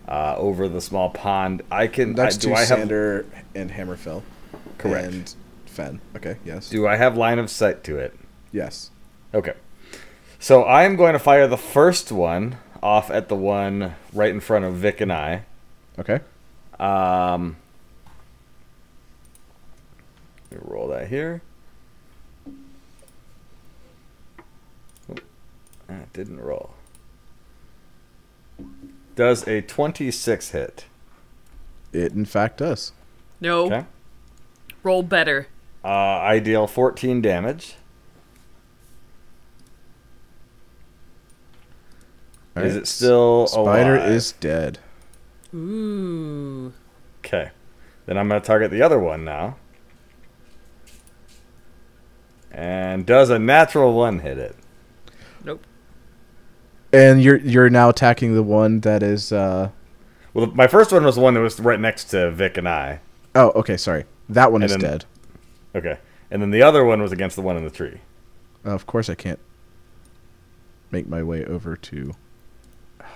[SPEAKER 1] uh, over the small pond. I can.
[SPEAKER 2] Next
[SPEAKER 1] I,
[SPEAKER 2] to
[SPEAKER 1] do I have
[SPEAKER 2] Sander and Hammerfell.
[SPEAKER 1] Correct.
[SPEAKER 2] And Fen. Okay, yes.
[SPEAKER 1] Do I have line of sight to it?
[SPEAKER 2] Yes.
[SPEAKER 1] Okay. So I am going to fire the first one off at the one right in front of Vic and I.
[SPEAKER 2] Okay.
[SPEAKER 1] Um, let me roll that here. Oh, That didn't roll. Does a 26 hit?
[SPEAKER 2] It, in fact, does.
[SPEAKER 4] No.
[SPEAKER 1] Okay.
[SPEAKER 4] Roll better.
[SPEAKER 1] Uh, I deal 14 damage.
[SPEAKER 2] All
[SPEAKER 1] Is
[SPEAKER 2] right.
[SPEAKER 1] it still
[SPEAKER 2] Spider
[SPEAKER 1] alive?
[SPEAKER 2] is dead.
[SPEAKER 4] Ooh.
[SPEAKER 1] Okay. Then I'm going to target the other one now. And does a natural one hit it?
[SPEAKER 4] Nope.
[SPEAKER 2] And you're you're now attacking the one that is. uh
[SPEAKER 1] Well, my first one was the one that was right next to Vic and I.
[SPEAKER 2] Oh, okay. Sorry, that one
[SPEAKER 1] And
[SPEAKER 2] is
[SPEAKER 1] then-
[SPEAKER 2] dead.
[SPEAKER 1] Okay. And then the other one was against the one in the tree.
[SPEAKER 2] Uh, of course, I can't make my way over to.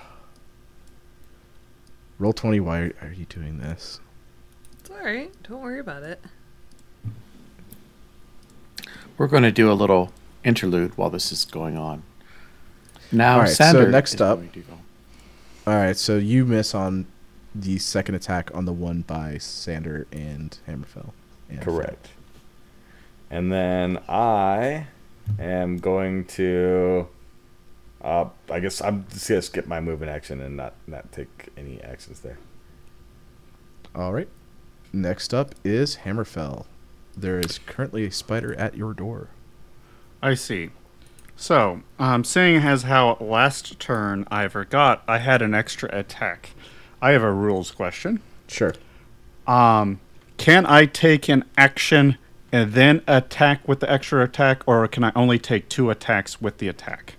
[SPEAKER 2] Roll twenty. Why are, are you doing this?
[SPEAKER 4] It's all right. Don't worry about it.
[SPEAKER 5] We're gonna do a little interlude while this is going on. Now,
[SPEAKER 2] All right, so
[SPEAKER 5] Sander
[SPEAKER 2] next
[SPEAKER 5] is
[SPEAKER 2] up-
[SPEAKER 5] going to go.
[SPEAKER 2] All right, so you miss on the second attack on the one by Sander and Hammerfell. And Fen.
[SPEAKER 1] Correct. And then I am going to. Uh, I guess I'm just gonna skip my movement action and not not take any actions there.
[SPEAKER 2] All right. Next up is Hammerfell. There is currently a spider at your door.
[SPEAKER 7] I see. So, um, seeing as how last turn I forgot I had an extra attack, I have a rules question.
[SPEAKER 2] Sure.
[SPEAKER 7] Um, can I take an action and then attack with the extra attack, or can I only take two attacks with the attack?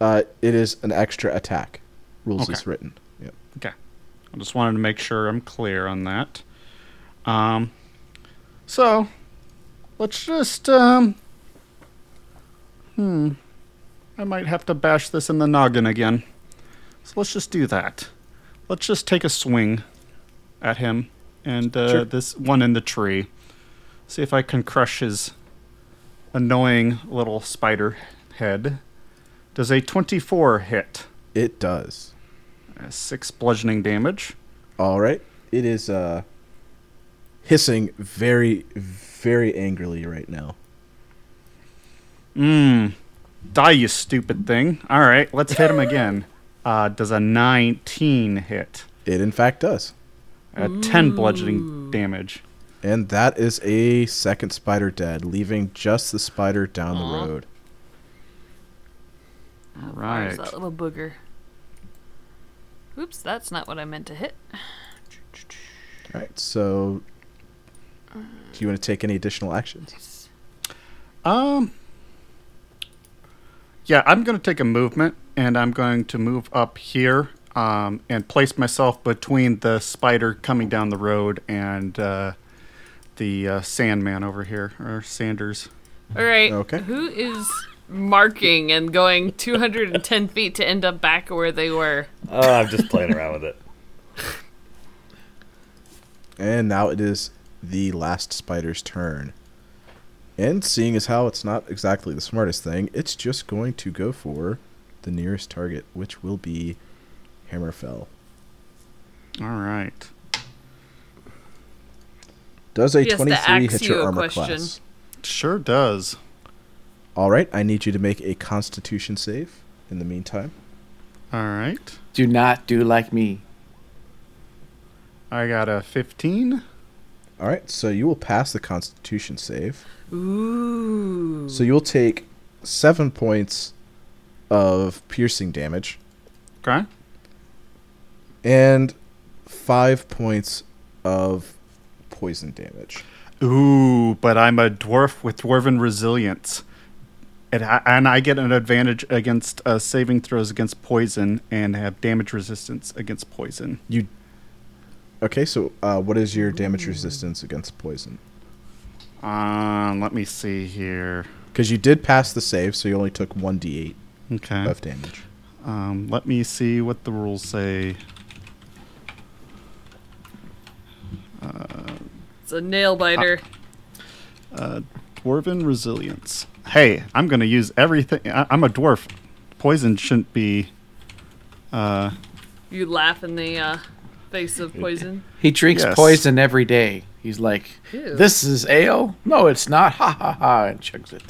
[SPEAKER 2] Uh, it is an extra attack. Rules
[SPEAKER 7] Okay.
[SPEAKER 2] is written. Yep.
[SPEAKER 7] I just wanted to make sure I'm clear on that. Um, so let's just um, hmm, I might have to bash this in the noggin again. So let's just do that. Let's just take a swing at him and uh,
[SPEAKER 2] Sure.
[SPEAKER 7] this one in the tree. See if I can crush his annoying little spider head. Does a 24 hit?
[SPEAKER 2] It does.
[SPEAKER 7] Uh, Six bludgeoning damage.
[SPEAKER 2] All right. It is uh, hissing very, very angrily right now.
[SPEAKER 7] Mmm. Die, you stupid thing. All right, let's hit him again. Uh, does a 19 hit?
[SPEAKER 2] It, in fact, does.
[SPEAKER 7] A 10 bludgeoning damage.
[SPEAKER 2] And that is a second spider dead, leaving just the spider down
[SPEAKER 4] Aw.
[SPEAKER 2] the road.
[SPEAKER 7] All
[SPEAKER 4] Where's
[SPEAKER 7] right.
[SPEAKER 4] that little booger? Oops, that's not what I meant to hit.
[SPEAKER 2] All right. So, do you want to take any additional actions?
[SPEAKER 7] Um. Yeah, I'm going to take a movement, and I'm going to move up here um, and place myself between the spider coming down the road and uh, the uh, Sandman over here, or Sanders.
[SPEAKER 4] All right.
[SPEAKER 2] Okay.
[SPEAKER 4] Who is marking and going 210 feet to end up back where they were?
[SPEAKER 3] Oh, I'm just playing around with it.
[SPEAKER 2] And now it is the last spider's turn. And seeing as how it's not exactly the smartest thing, it's just going to go for the nearest target, which will be Hammerfell.
[SPEAKER 7] All right.
[SPEAKER 2] Does a
[SPEAKER 4] He has to
[SPEAKER 2] 23
[SPEAKER 4] axe
[SPEAKER 2] hit
[SPEAKER 4] you
[SPEAKER 2] your
[SPEAKER 4] a
[SPEAKER 2] armor
[SPEAKER 4] question.
[SPEAKER 2] class?
[SPEAKER 7] Sure does.
[SPEAKER 2] All right, I need you to make a constitution save in the meantime.
[SPEAKER 7] All right.
[SPEAKER 5] Do not do like me.
[SPEAKER 7] I got a 15.
[SPEAKER 2] All right, so you will pass the constitution save.
[SPEAKER 4] Ooh.
[SPEAKER 2] So you'll take 7 points of piercing damage
[SPEAKER 7] Okay.
[SPEAKER 2] and 5 points of poison damage.
[SPEAKER 7] Ooh, but I'm a dwarf with dwarven resilience. And I, and I get an advantage against uh, saving throws against poison and have damage resistance against poison.
[SPEAKER 2] Okay, so uh, what is your damage resistance against poison?
[SPEAKER 7] Um, let me see here.
[SPEAKER 2] Because you did pass the save, so you only took 1d8
[SPEAKER 7] Okay.
[SPEAKER 2] of damage.
[SPEAKER 7] Um, let me see what the rules say.
[SPEAKER 4] It's a nail biter.
[SPEAKER 7] Dwarven resilience. Hey, I'm going to use everything. I, I'm a dwarf. Poison shouldn't be. Uh,
[SPEAKER 4] You laugh in the uh, face of poison.
[SPEAKER 5] He drinks
[SPEAKER 7] Yes.
[SPEAKER 5] poison every day. He's like,
[SPEAKER 4] Ew.
[SPEAKER 5] this is ale? No, it's not. Ha ha ha. And chugs it.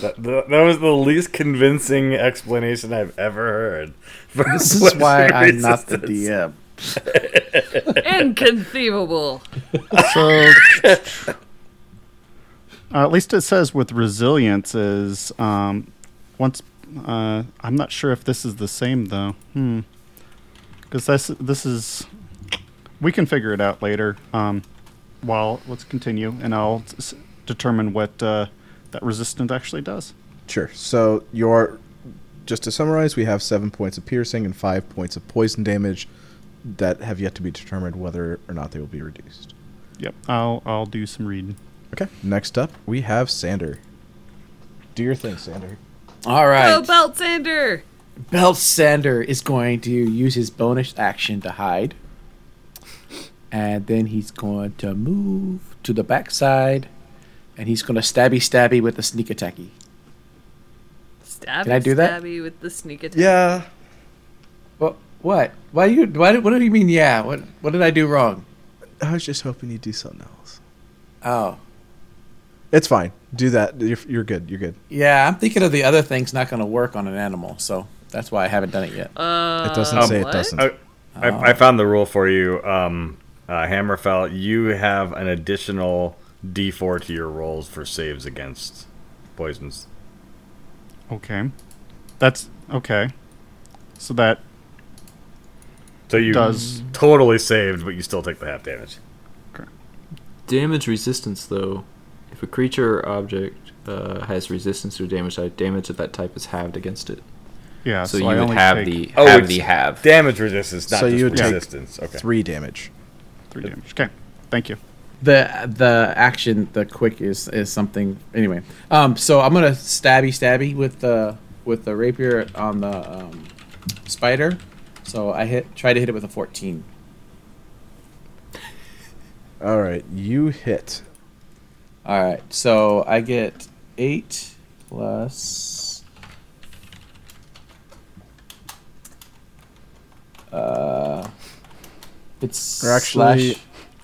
[SPEAKER 3] That, that, that was the least convincing explanation I've ever heard. for
[SPEAKER 5] This is
[SPEAKER 3] poison
[SPEAKER 5] why I'm not the
[SPEAKER 3] resistance.
[SPEAKER 5] DM.
[SPEAKER 4] Inconceivable.
[SPEAKER 7] So, uh, at least it says with resilience is um, once. Uh, I'm not sure if this is the same though. Hmm. Because this this is we can figure it out later. Um, while let's continue, and I'll s- determine what uh, that resistance actually does.
[SPEAKER 2] Sure. So your just to summarize, we have seven points of piercing and five points of poison damage that have yet to be determined whether or not they will be reduced.
[SPEAKER 7] Yep. I'll I'll do some reading.
[SPEAKER 2] Okay. Next up, we have Sander. Do your thing, Sander.
[SPEAKER 5] All right.
[SPEAKER 4] Oh, Belt Sander.
[SPEAKER 5] Belt Sander is going to use his bonus action to hide. And then he's going to move to the backside. And he's going to stabby stabby with the sneak attacky.
[SPEAKER 4] Stabby,
[SPEAKER 5] Can I do that?
[SPEAKER 4] stabby with the sneak attack.
[SPEAKER 2] Yeah.
[SPEAKER 5] What? What? Why you? Why? What do you mean? Yeah. What? What did I do wrong?
[SPEAKER 2] I was just hoping you'd do something else.
[SPEAKER 5] Oh.
[SPEAKER 2] It's fine. Do that. You're, you're good. You're good.
[SPEAKER 5] Yeah. I'm thinking of the other thing's not going to work on an animal, so that's why I haven't done it yet.
[SPEAKER 4] Uh,
[SPEAKER 2] It doesn't say
[SPEAKER 4] what?
[SPEAKER 2] it doesn't.
[SPEAKER 1] I,
[SPEAKER 3] Oh.
[SPEAKER 1] I, I found the rule for you, um, uh, Hammerfell. You have an additional D4 to your rolls for saves against
[SPEAKER 3] poisons.
[SPEAKER 7] Okay. That's okay. So that
[SPEAKER 3] So you
[SPEAKER 7] does
[SPEAKER 3] totally saved, but you still take the half damage.
[SPEAKER 6] Damage resistance, though. If a creature or object uh, has resistance to damage type, damage of that type is halved against it.
[SPEAKER 7] yeah.
[SPEAKER 6] so,
[SPEAKER 7] So,
[SPEAKER 6] you
[SPEAKER 7] I
[SPEAKER 6] would
[SPEAKER 7] only
[SPEAKER 6] have
[SPEAKER 7] take
[SPEAKER 6] the
[SPEAKER 1] Oh,
[SPEAKER 6] have
[SPEAKER 1] it's
[SPEAKER 6] the have.
[SPEAKER 1] Damage resistance, not
[SPEAKER 2] So
[SPEAKER 1] just
[SPEAKER 2] you would take
[SPEAKER 1] resistance. Okay.
[SPEAKER 2] Three damage.
[SPEAKER 7] three damage. Okay. Thank you.
[SPEAKER 5] the the action the quick is is something anyway um so i'm gonna stabby stabby with the with the rapier on the um, spider so i hit try to hit it with a 14
[SPEAKER 2] All right, you hit.
[SPEAKER 5] all right so i get 8 plus uh it's
[SPEAKER 2] Or actually-
[SPEAKER 5] slash-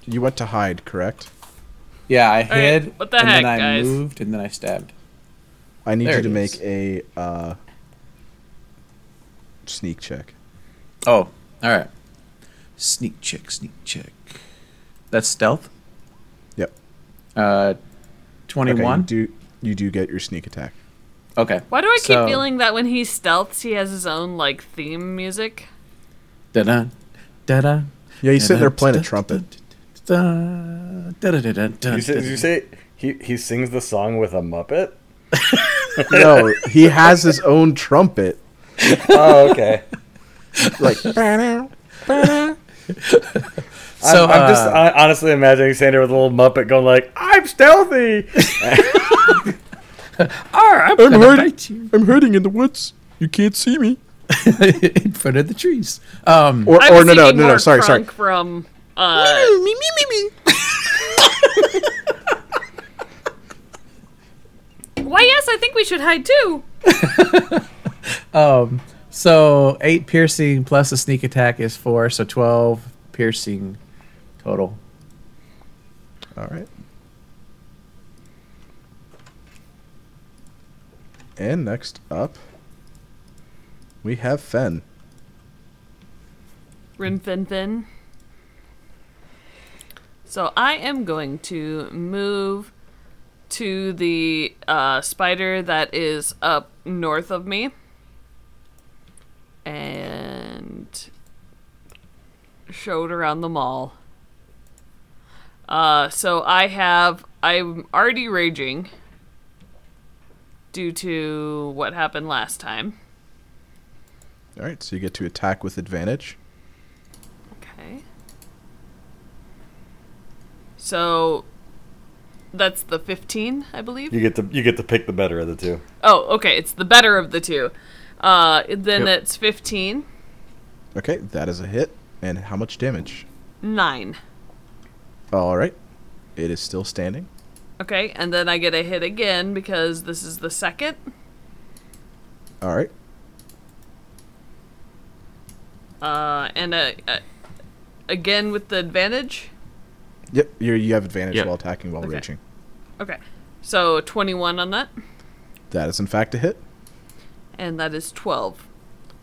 [SPEAKER 2] You went to hide, correct?
[SPEAKER 5] yeah i
[SPEAKER 4] right,
[SPEAKER 5] hid
[SPEAKER 4] what the
[SPEAKER 5] and
[SPEAKER 4] heck,
[SPEAKER 5] then i
[SPEAKER 4] guys?
[SPEAKER 5] moved and then i stabbed
[SPEAKER 2] I need
[SPEAKER 5] There
[SPEAKER 2] you to
[SPEAKER 5] it
[SPEAKER 2] make
[SPEAKER 5] is.
[SPEAKER 2] a uh, sneak check.
[SPEAKER 5] Oh, all right. Sneak check, sneak check. That's stealth.
[SPEAKER 2] Yep.
[SPEAKER 5] Uh, twenty-one.
[SPEAKER 2] Okay, you do you do get your sneak attack?
[SPEAKER 5] Okay.
[SPEAKER 4] Why do I keep
[SPEAKER 5] So-
[SPEAKER 4] feeling that when he stealths, he has his own like theme music?
[SPEAKER 5] Da-da, da-da.
[SPEAKER 2] Yeah, he's sitting there playing a trumpet.
[SPEAKER 5] Da-da, da-da-da-da,
[SPEAKER 1] You say, you
[SPEAKER 5] da-da.
[SPEAKER 1] say he, he sings the song with a Muppet?
[SPEAKER 2] No, he has his own trumpet.
[SPEAKER 1] Oh, okay.
[SPEAKER 2] Like
[SPEAKER 5] So
[SPEAKER 1] I'm, I'm just
[SPEAKER 5] uh,
[SPEAKER 1] hon- honestly imagining Sandra with a little Muppet going like, I'm stealthy!
[SPEAKER 5] "Arr, I'm
[SPEAKER 2] I'm
[SPEAKER 5] gonna
[SPEAKER 2] hiding.
[SPEAKER 5] bite you
[SPEAKER 2] I'm hiding in the woods. You can't see me.
[SPEAKER 5] in front of the trees. Um,
[SPEAKER 2] Or,
[SPEAKER 4] I'm
[SPEAKER 2] or no, no,
[SPEAKER 4] thinking
[SPEAKER 2] no, no.
[SPEAKER 4] more
[SPEAKER 2] Sorry, sorry.
[SPEAKER 4] Kronk From uh, why? Yes, I think we should hide too.
[SPEAKER 5] so eight piercing plus a sneak attack is four, so twelve piercing total.
[SPEAKER 2] All right. And next up, we have Fen.
[SPEAKER 4] Rim fin fin. So I am going to move to the uh, spider that is up north of me. And showed around the mall. Uh, so I have I'm already raging due to what happened last time.
[SPEAKER 2] All right, so you get to attack with advantage.
[SPEAKER 4] Okay. So that's the 15, I believe.
[SPEAKER 1] You get to you get to pick the better of the two.
[SPEAKER 4] Oh, okay. It's the better of the two. Uh, then
[SPEAKER 6] Yep.
[SPEAKER 4] it's 15,
[SPEAKER 2] Okay, that is a hit. And how much damage?
[SPEAKER 4] 9.
[SPEAKER 2] All right. It is still standing.
[SPEAKER 4] Okay. And then I get a hit again because this is the second.
[SPEAKER 2] All right.
[SPEAKER 4] Uh, and a, a, again with the advantage.
[SPEAKER 2] Yep, you you have advantage
[SPEAKER 6] Yep.
[SPEAKER 2] while attacking while
[SPEAKER 4] Okay.
[SPEAKER 2] raging.
[SPEAKER 4] Okay. So 21 on that.
[SPEAKER 2] That is in fact a hit,
[SPEAKER 4] And that is 12.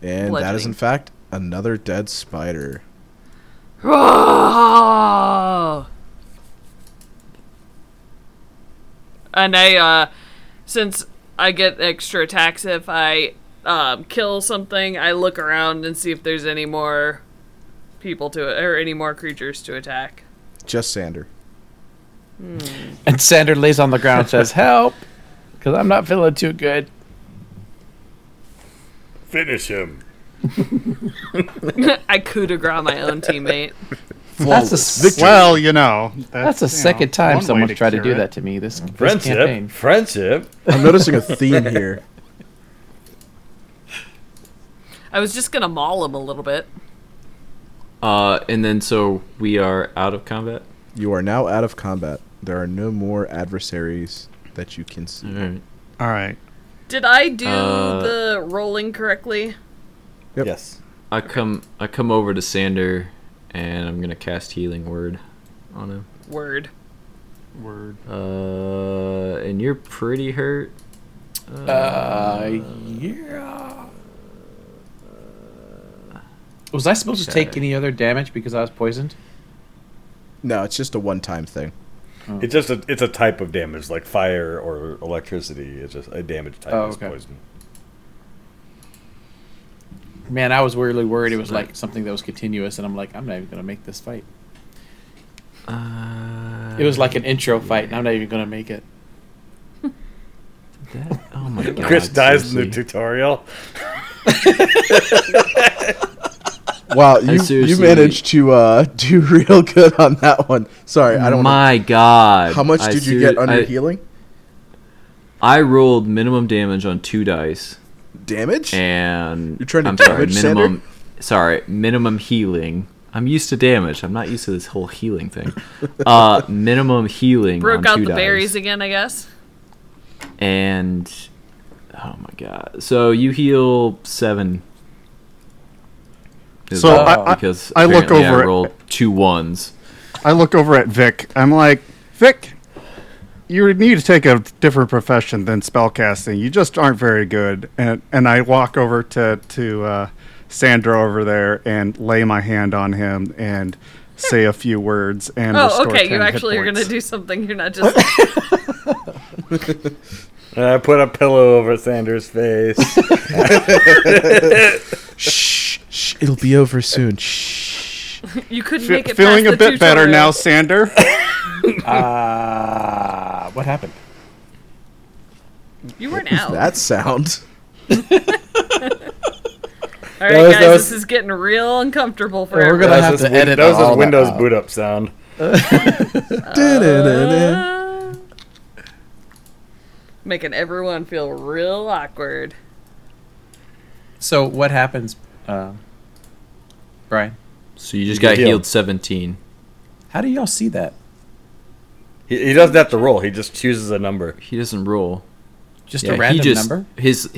[SPEAKER 2] and that is in
[SPEAKER 4] Bludgeoning.
[SPEAKER 2] fact another dead spider.
[SPEAKER 4] and I, uh, since I get extra attacks if I um, kill something, I look around and see if there's any more people to, or any more creatures to attack.
[SPEAKER 2] Just Sander.
[SPEAKER 5] And Sander lays on the ground and says, "Help!" Because I'm not feeling too good.
[SPEAKER 3] Finish him.
[SPEAKER 4] I coup de grace my own teammate.
[SPEAKER 5] That's a s-
[SPEAKER 7] Well, you know,
[SPEAKER 5] That's the
[SPEAKER 7] you know,
[SPEAKER 5] second
[SPEAKER 7] one
[SPEAKER 5] time
[SPEAKER 7] way
[SPEAKER 5] someone's tried to
[SPEAKER 7] cure
[SPEAKER 5] do
[SPEAKER 7] it.
[SPEAKER 5] that to me. This, this
[SPEAKER 1] Friendship.
[SPEAKER 5] campaign.
[SPEAKER 1] Friendship.
[SPEAKER 2] I'm noticing a theme here.
[SPEAKER 4] I was just gonna maul him a little bit.
[SPEAKER 6] Uh, and then so we are out of combat.
[SPEAKER 2] You are now out of combat. There are no more adversaries that you can see.
[SPEAKER 6] All right.
[SPEAKER 7] All right.
[SPEAKER 4] Did I do
[SPEAKER 6] Uh,
[SPEAKER 4] the rolling correctly?
[SPEAKER 2] Yep.
[SPEAKER 1] Yes.
[SPEAKER 6] I come I come over to Sander, and I'm gonna cast Healing Word on him.
[SPEAKER 4] Word.
[SPEAKER 7] Word.
[SPEAKER 6] Uh, and you're pretty hurt.
[SPEAKER 5] Uh, yeah. Was I supposed to take
[SPEAKER 6] Okay.
[SPEAKER 5] any other damage because I was poisoned?
[SPEAKER 2] No, it's just a one-time thing.
[SPEAKER 1] It's just a it's a type of damage like fire or electricity. It's just a damage type
[SPEAKER 5] Oh,
[SPEAKER 1] is
[SPEAKER 5] okay.
[SPEAKER 1] poison.
[SPEAKER 5] Man, I was really worried it was like something that was continuous, and I'm like, I'm not even gonna make this fight.
[SPEAKER 6] Uh,
[SPEAKER 5] It was like an intro fight, and I'm not even gonna make it.
[SPEAKER 6] that, oh my god.
[SPEAKER 1] Chris dies in the
[SPEAKER 6] seriously.
[SPEAKER 1] tutorial.
[SPEAKER 2] Wow, you, you
[SPEAKER 6] seriously-
[SPEAKER 2] managed to uh, do real good on that one. Sorry, I don't. wanna-
[SPEAKER 6] My god.
[SPEAKER 2] how much
[SPEAKER 6] I
[SPEAKER 2] did you
[SPEAKER 6] seri-
[SPEAKER 2] get under
[SPEAKER 6] I,
[SPEAKER 2] healing?
[SPEAKER 6] I rolled minimum damage on two dice,
[SPEAKER 2] Damage?
[SPEAKER 6] Eh. and
[SPEAKER 2] You're trying to
[SPEAKER 6] I'm sorry,
[SPEAKER 2] damage Sander?
[SPEAKER 6] minimum. Sorry, minimum healing. I'm used to damage. I'm not used to this whole healing thing. Uh, minimum healing.
[SPEAKER 4] Broke
[SPEAKER 6] on
[SPEAKER 4] out
[SPEAKER 6] two
[SPEAKER 4] the
[SPEAKER 6] dice.
[SPEAKER 4] berries again, I guess.
[SPEAKER 6] and oh my god so you heal seven Is
[SPEAKER 7] So
[SPEAKER 6] that-
[SPEAKER 7] I- I-
[SPEAKER 6] because
[SPEAKER 7] I look
[SPEAKER 6] apparently
[SPEAKER 7] over
[SPEAKER 6] I
[SPEAKER 7] at-
[SPEAKER 6] rolled two ones
[SPEAKER 7] I look over at Vic. I'm like, Vic, you need to take a different profession than spellcasting. You just aren't very good. And and I walk over to to uh, Sandra over there and lay my hand on him and say a few words and
[SPEAKER 4] Oh,
[SPEAKER 7] restore
[SPEAKER 4] okay.
[SPEAKER 7] 10
[SPEAKER 4] You
[SPEAKER 7] hit
[SPEAKER 4] actually are gonna
[SPEAKER 7] points.
[SPEAKER 4] do something. You're not just.
[SPEAKER 1] And I put a pillow over Sanders' face.
[SPEAKER 2] Shh, shh, it'll be over soon. Shh.
[SPEAKER 4] you couldn't
[SPEAKER 7] Fe-
[SPEAKER 4] make it.
[SPEAKER 7] feeling a
[SPEAKER 4] past
[SPEAKER 7] bit
[SPEAKER 4] the
[SPEAKER 7] better now,
[SPEAKER 4] tutorial.
[SPEAKER 7] Sander.
[SPEAKER 5] Ah, what happened?
[SPEAKER 4] You weren't out.
[SPEAKER 2] That sound.
[SPEAKER 4] All right,
[SPEAKER 1] That was-
[SPEAKER 4] guys.
[SPEAKER 1] that was-
[SPEAKER 4] This is getting real uncomfortable for
[SPEAKER 5] We're gonna
[SPEAKER 1] That was
[SPEAKER 5] have
[SPEAKER 1] his
[SPEAKER 5] to
[SPEAKER 1] win-
[SPEAKER 5] edit
[SPEAKER 1] That was
[SPEAKER 5] all
[SPEAKER 1] his Windows
[SPEAKER 5] out.
[SPEAKER 1] boot up sound.
[SPEAKER 2] Da-da-da-da.
[SPEAKER 4] everyone. Making everyone feel real awkward.
[SPEAKER 5] So what happens, uh, Brian?
[SPEAKER 6] so you just got
[SPEAKER 1] healed.
[SPEAKER 6] healed 17
[SPEAKER 5] How do y'all see that?
[SPEAKER 1] He, he doesn't have to roll. He just chooses a number.
[SPEAKER 6] he doesn't roll
[SPEAKER 5] Just
[SPEAKER 6] yeah,
[SPEAKER 5] a random
[SPEAKER 6] he just
[SPEAKER 5] number.
[SPEAKER 6] his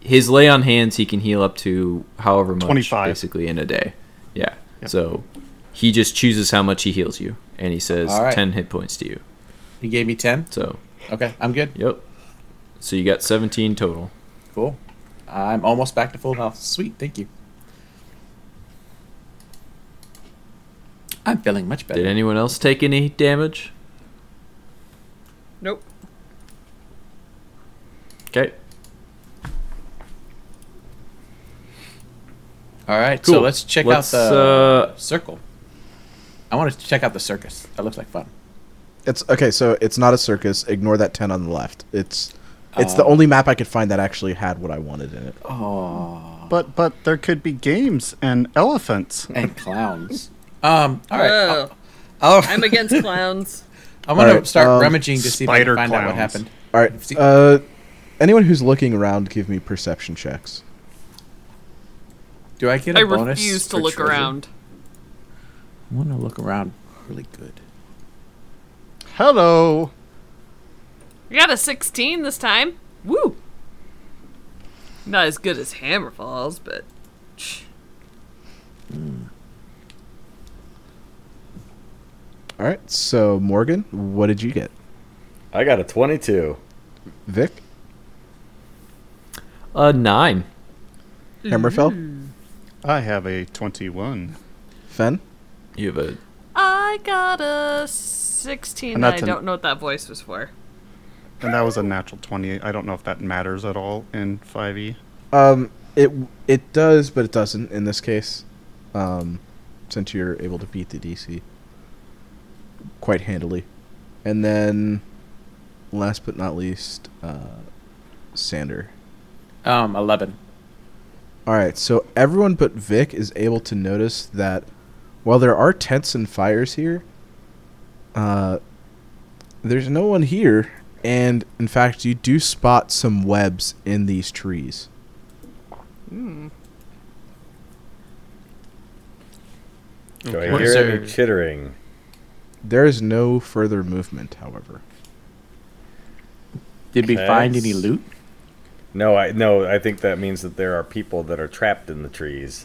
[SPEAKER 6] his lay on hands he can heal up to however much
[SPEAKER 7] 25.
[SPEAKER 6] basically in a day yeah so he just chooses how much he heals you and he says
[SPEAKER 5] All right.
[SPEAKER 6] 10 hit points to you
[SPEAKER 5] He gave me ten.
[SPEAKER 6] so
[SPEAKER 5] Okay, I'm good.
[SPEAKER 6] yep so you got 17 total
[SPEAKER 5] Cool. I'm almost back to full health. Sweet, thank you. I'm feeling much better.
[SPEAKER 6] did anyone else take any damage
[SPEAKER 4] Nope.
[SPEAKER 6] okay
[SPEAKER 5] All right, so
[SPEAKER 6] Cool.
[SPEAKER 5] let's check
[SPEAKER 6] Let's,
[SPEAKER 5] out the
[SPEAKER 6] uh,
[SPEAKER 5] circle. I want to check out the circus. That looks like fun.
[SPEAKER 2] It's okay. So it's not a circus. Ignore that ten on the left. It's it's the
[SPEAKER 5] Um,
[SPEAKER 2] only map I could find that actually had what I wanted in it.
[SPEAKER 5] Oh,
[SPEAKER 7] But but there could be games and elephants.
[SPEAKER 5] and clowns. Um, all right.
[SPEAKER 4] Whoa.
[SPEAKER 5] I'll-
[SPEAKER 4] Oh. I'm against clowns.
[SPEAKER 5] I'm gonna
[SPEAKER 2] All right,
[SPEAKER 5] start
[SPEAKER 2] um,
[SPEAKER 5] rummaging to see if I can
[SPEAKER 7] spider
[SPEAKER 5] find out what
[SPEAKER 7] clowns.
[SPEAKER 5] happened.
[SPEAKER 2] All
[SPEAKER 5] See-
[SPEAKER 2] right. Uh, anyone who's looking around, give me perception checks.
[SPEAKER 5] Do I get a
[SPEAKER 4] I
[SPEAKER 5] bonus?
[SPEAKER 4] refuse to
[SPEAKER 5] for
[SPEAKER 4] look
[SPEAKER 5] treasure?
[SPEAKER 4] around.
[SPEAKER 5] I want to look around really good.
[SPEAKER 7] Hello.
[SPEAKER 4] We got a 16 this time. Woo! Not as good as Hammerfalls, but.
[SPEAKER 2] All right. So Morgan, what did you get?
[SPEAKER 1] I got a 22.
[SPEAKER 2] Vic
[SPEAKER 6] Uh, nine.
[SPEAKER 2] Hammerfell,
[SPEAKER 7] I have a 21.
[SPEAKER 2] Fen.
[SPEAKER 6] You have a
[SPEAKER 4] I got a 16.
[SPEAKER 7] And
[SPEAKER 4] and I
[SPEAKER 7] that's an-
[SPEAKER 4] don't know what that voice was for.
[SPEAKER 7] And that was a natural 20. I don't know if that matters at all in E. 5e.
[SPEAKER 2] Um, it it does, but it doesn't in this case. Um, since you're able to beat the DC quite handily, and then last but not least, uh, Sander.
[SPEAKER 5] Um, eleven.
[SPEAKER 2] All right, so everyone but Vic is able to notice that while there are tents and fires here, uh, there's no one here, and in fact, you do spot some webs in these trees.
[SPEAKER 1] Do
[SPEAKER 5] Okay.
[SPEAKER 1] I hear
[SPEAKER 5] So-
[SPEAKER 1] any chittering?
[SPEAKER 2] There is no further movement, however.
[SPEAKER 5] Did we
[SPEAKER 1] Okay.
[SPEAKER 5] find any loot?
[SPEAKER 1] No, I no. I think that means that there are people that are trapped in the trees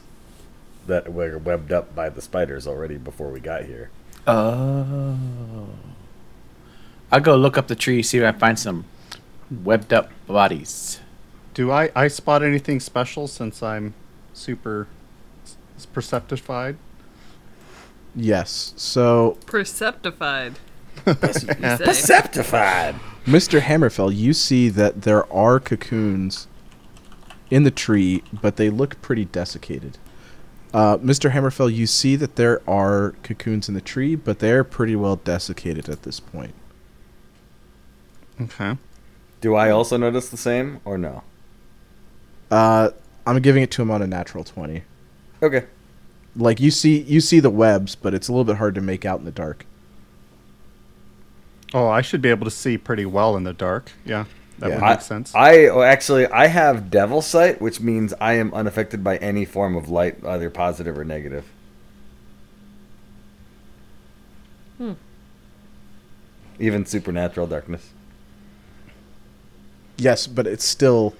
[SPEAKER 1] that were webbed up by the spiders already before we got here.
[SPEAKER 5] Oh. I'll go look up the tree, see if I find some webbed up bodies.
[SPEAKER 7] Do I, I spot anything special since I'm super s- perceptified?
[SPEAKER 2] Yes, so
[SPEAKER 4] Perceptified. You say.
[SPEAKER 8] Perceptified.
[SPEAKER 2] Mr. Hammerfell, you see that there are cocoons in the tree, but they look pretty desiccated. Uh, Mr. Hammerfell, you see that there are cocoons in the tree, but they're pretty well desiccated at this point.
[SPEAKER 7] Okay.
[SPEAKER 1] Do I also notice the same or no?
[SPEAKER 2] Uh, I'm giving it to him on a natural twenty.
[SPEAKER 1] Okay.
[SPEAKER 2] Like you see, you see the webs, but it's a little bit hard to make out in the dark.
[SPEAKER 7] Oh, I should be able to see pretty well in the dark. Yeah, that
[SPEAKER 2] Yeah.
[SPEAKER 7] would
[SPEAKER 1] I,
[SPEAKER 7] make sense.
[SPEAKER 1] I oh, actually I have devil sight, which means I am unaffected by any form of light, either positive or negative. Hmm. Even supernatural darkness.
[SPEAKER 2] Yes, but it's still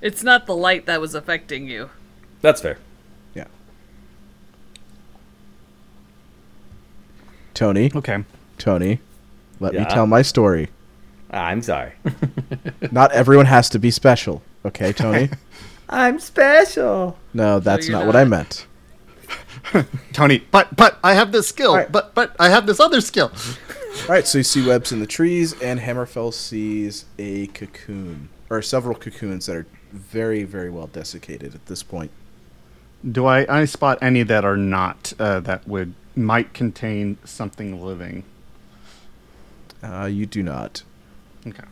[SPEAKER 4] It's not the light that was affecting you.
[SPEAKER 1] That's fair.
[SPEAKER 2] Tony.
[SPEAKER 7] okay.
[SPEAKER 2] Tony, let me
[SPEAKER 1] Yeah?
[SPEAKER 2] tell my story.
[SPEAKER 1] Ah, I'm sorry.
[SPEAKER 2] Not everyone has to be special, okay, Tony?
[SPEAKER 1] I'm special.
[SPEAKER 2] No, that's
[SPEAKER 4] you're
[SPEAKER 2] not what I
[SPEAKER 4] not.
[SPEAKER 2] meant.
[SPEAKER 7] Tony, but but I have this skill.
[SPEAKER 2] Alright.
[SPEAKER 7] But but I have this other skill.
[SPEAKER 2] All right, so you see webs in the trees, and Hammerfell sees a cocoon or several cocoons that are very, very well desiccated at this point.
[SPEAKER 7] Do I I spot any that are not uh, that would might contain something living?
[SPEAKER 2] Uh, you do not.
[SPEAKER 7] Okay.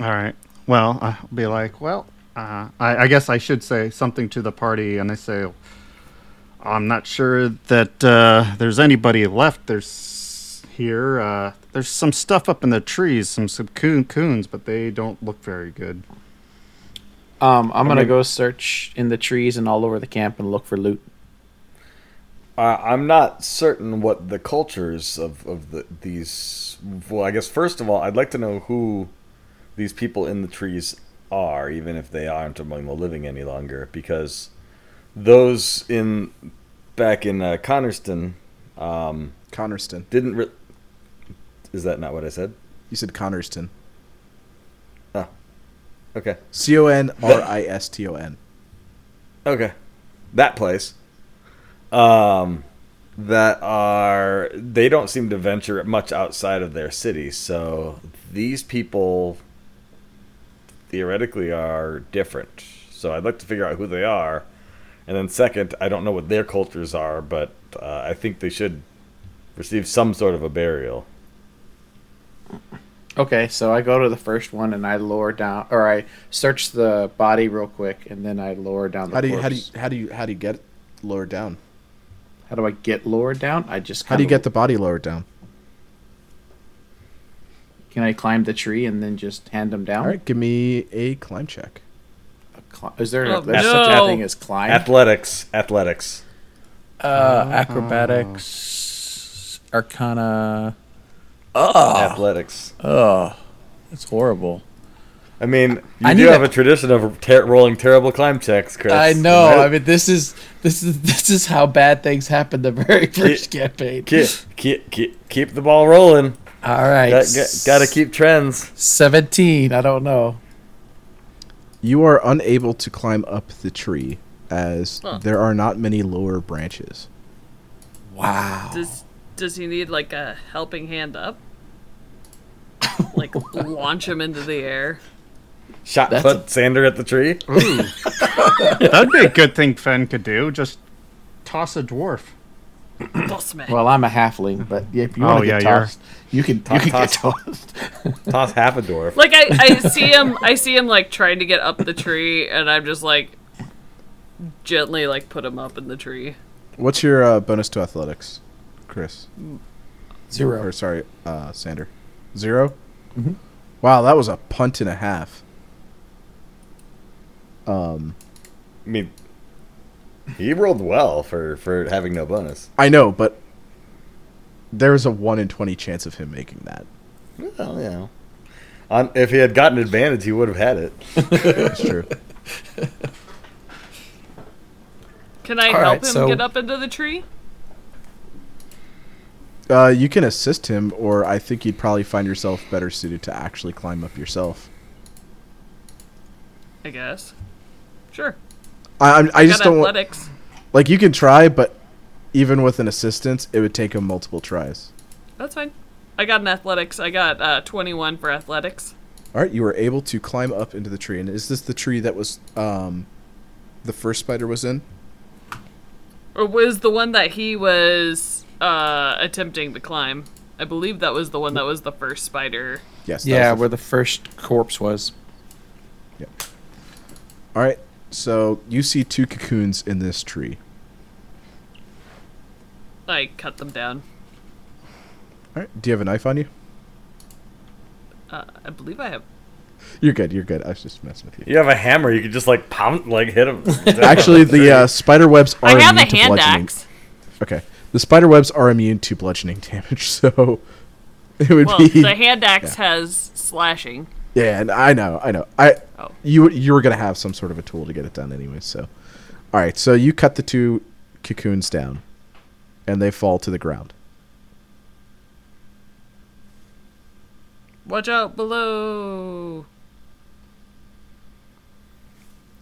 [SPEAKER 7] All right. Well, I'll be like, well, uh, I, I guess I should say something to the party, and I say, I'm not sure that uh, there's anybody left. There's here. Uh, there's some stuff up in the trees, some some coon- coons, but they don't look very good.
[SPEAKER 5] Um, I'm gonna go search in the trees and all over the camp and look for loot.
[SPEAKER 1] Uh, I'm not certain what the cultures of, of the, these. Well, I guess first of all, I'd like to know who these people in the trees are, even if they aren't among the living any longer, because those in back in uh, Connerston um,
[SPEAKER 2] Connerston.
[SPEAKER 1] didn't. Re- Is that not what I said?
[SPEAKER 2] You said Connerston.
[SPEAKER 1] Okay.
[SPEAKER 2] C O N R I S T O N.
[SPEAKER 1] Okay. That place. Um that are they don't seem to venture much outside of their city, so these people theoretically are different. So I'd like to figure out who they are. And then second, I don't know what their cultures are, but uh, I think they should receive some sort of a burial.
[SPEAKER 5] Okay, so I go to the first one and I lower down, or I search the body real quick, and then I lower down the.
[SPEAKER 2] How do you
[SPEAKER 5] corpse.
[SPEAKER 2] how do you how do you how do you get it lowered down?
[SPEAKER 5] How do I get lowered down? I just.
[SPEAKER 2] How do you
[SPEAKER 5] kinda-
[SPEAKER 2] get the body lowered down?
[SPEAKER 5] Can I climb the tree and then just hand them down?
[SPEAKER 2] All right, give me a climb check.
[SPEAKER 5] Cli- Is there
[SPEAKER 4] Oh,
[SPEAKER 5] there's
[SPEAKER 4] no.
[SPEAKER 5] such a thing as climb?
[SPEAKER 1] Athletics, athletics.
[SPEAKER 5] uh, acrobatics, arcana. Ah.
[SPEAKER 1] Athletics.
[SPEAKER 5] Oh, that's horrible.
[SPEAKER 1] I mean, you
[SPEAKER 5] I
[SPEAKER 1] do
[SPEAKER 5] need
[SPEAKER 1] have
[SPEAKER 5] a-
[SPEAKER 1] a tradition of ter- rolling terrible climb checks, Chris.
[SPEAKER 5] I know.
[SPEAKER 1] Might-
[SPEAKER 5] I mean, this is this is this is how bad things happen the very first campaign.
[SPEAKER 1] keep, keep, keep, keep the ball rolling.
[SPEAKER 5] All right,
[SPEAKER 1] Got, got, gotta keep trends.
[SPEAKER 5] seventeen. I don't know.
[SPEAKER 2] You are unable to climb up the tree as
[SPEAKER 4] Huh.
[SPEAKER 2] there are not many lower branches.
[SPEAKER 5] Wow.
[SPEAKER 4] Does does he need like a helping hand up? Like launch him into the air.
[SPEAKER 1] Shot
[SPEAKER 5] That's
[SPEAKER 1] put sander at the tree.
[SPEAKER 7] That'd be a good thing Fen could do. Just toss a dwarf.
[SPEAKER 4] Boss man.
[SPEAKER 5] Well, I'm a halfling, but if you
[SPEAKER 7] Oh,
[SPEAKER 5] want to
[SPEAKER 7] yeah,
[SPEAKER 5] get
[SPEAKER 7] you're-
[SPEAKER 5] tossed, you can you can get tossed.
[SPEAKER 1] Toss half a dwarf.
[SPEAKER 4] like I, I see him I see him like trying to get up the tree and I'm just like gently like put him up in the tree.
[SPEAKER 2] What's your uh, bonus to athletics, Chris? Or
[SPEAKER 5] Zero.
[SPEAKER 2] sorry, uh, Sander. 0 Wow, that was a punt and a half. Um,
[SPEAKER 1] I mean, he rolled well for for having no bonus.
[SPEAKER 2] I know, but there was a one in twenty chance of him making that.
[SPEAKER 1] Well, you know, on, if he had gotten advantage, he would have had it.
[SPEAKER 2] That's true.
[SPEAKER 4] Can I
[SPEAKER 5] All
[SPEAKER 4] help
[SPEAKER 5] right,
[SPEAKER 4] him
[SPEAKER 5] so-
[SPEAKER 4] get up into the tree?
[SPEAKER 2] uh, you can assist him, or I think you'd probably find yourself better suited to actually climb up yourself.
[SPEAKER 4] I guess. Sure.
[SPEAKER 2] I, I'm, I
[SPEAKER 4] I
[SPEAKER 2] just
[SPEAKER 4] got
[SPEAKER 2] don't want
[SPEAKER 4] athletics.
[SPEAKER 2] Like you can try, but even with an assistance, it would take him multiple tries.
[SPEAKER 4] That's fine. I got an athletics. I got uh, 21 for athletics.
[SPEAKER 2] All right, you were able to climb up into the tree. And is this the tree that was um, the first spider was in?
[SPEAKER 4] Or was the one that he was uh, attempting to climb? I believe that was the one that was the first spider.
[SPEAKER 2] Yes. that was
[SPEAKER 5] Yeah,
[SPEAKER 2] the
[SPEAKER 5] where the first corpse was.
[SPEAKER 2] All right. So you see two cocoons in this tree.
[SPEAKER 4] I cut them down.
[SPEAKER 2] All right. Do you have a knife on you?
[SPEAKER 4] Uh, I believe I have.
[SPEAKER 2] You're good. You're good. I was just messing with you.
[SPEAKER 3] You have a hammer. You could just like pound, like hit him.
[SPEAKER 2] Actually, the uh, spider webs are
[SPEAKER 4] I have a
[SPEAKER 2] immune to
[SPEAKER 4] hand
[SPEAKER 2] bludgeoning.
[SPEAKER 4] axe.
[SPEAKER 2] Okay. The spider webs are immune to bludgeoning damage, so it would
[SPEAKER 4] Well,
[SPEAKER 2] be
[SPEAKER 4] the hand axe has slashing.
[SPEAKER 2] Yeah, and I know, I know. I
[SPEAKER 4] Oh.
[SPEAKER 2] you you were gonna have some sort of a tool to get it done anyway. So, all right. So you cut the two cocoons down, and they fall to the ground.
[SPEAKER 4] Watch out below.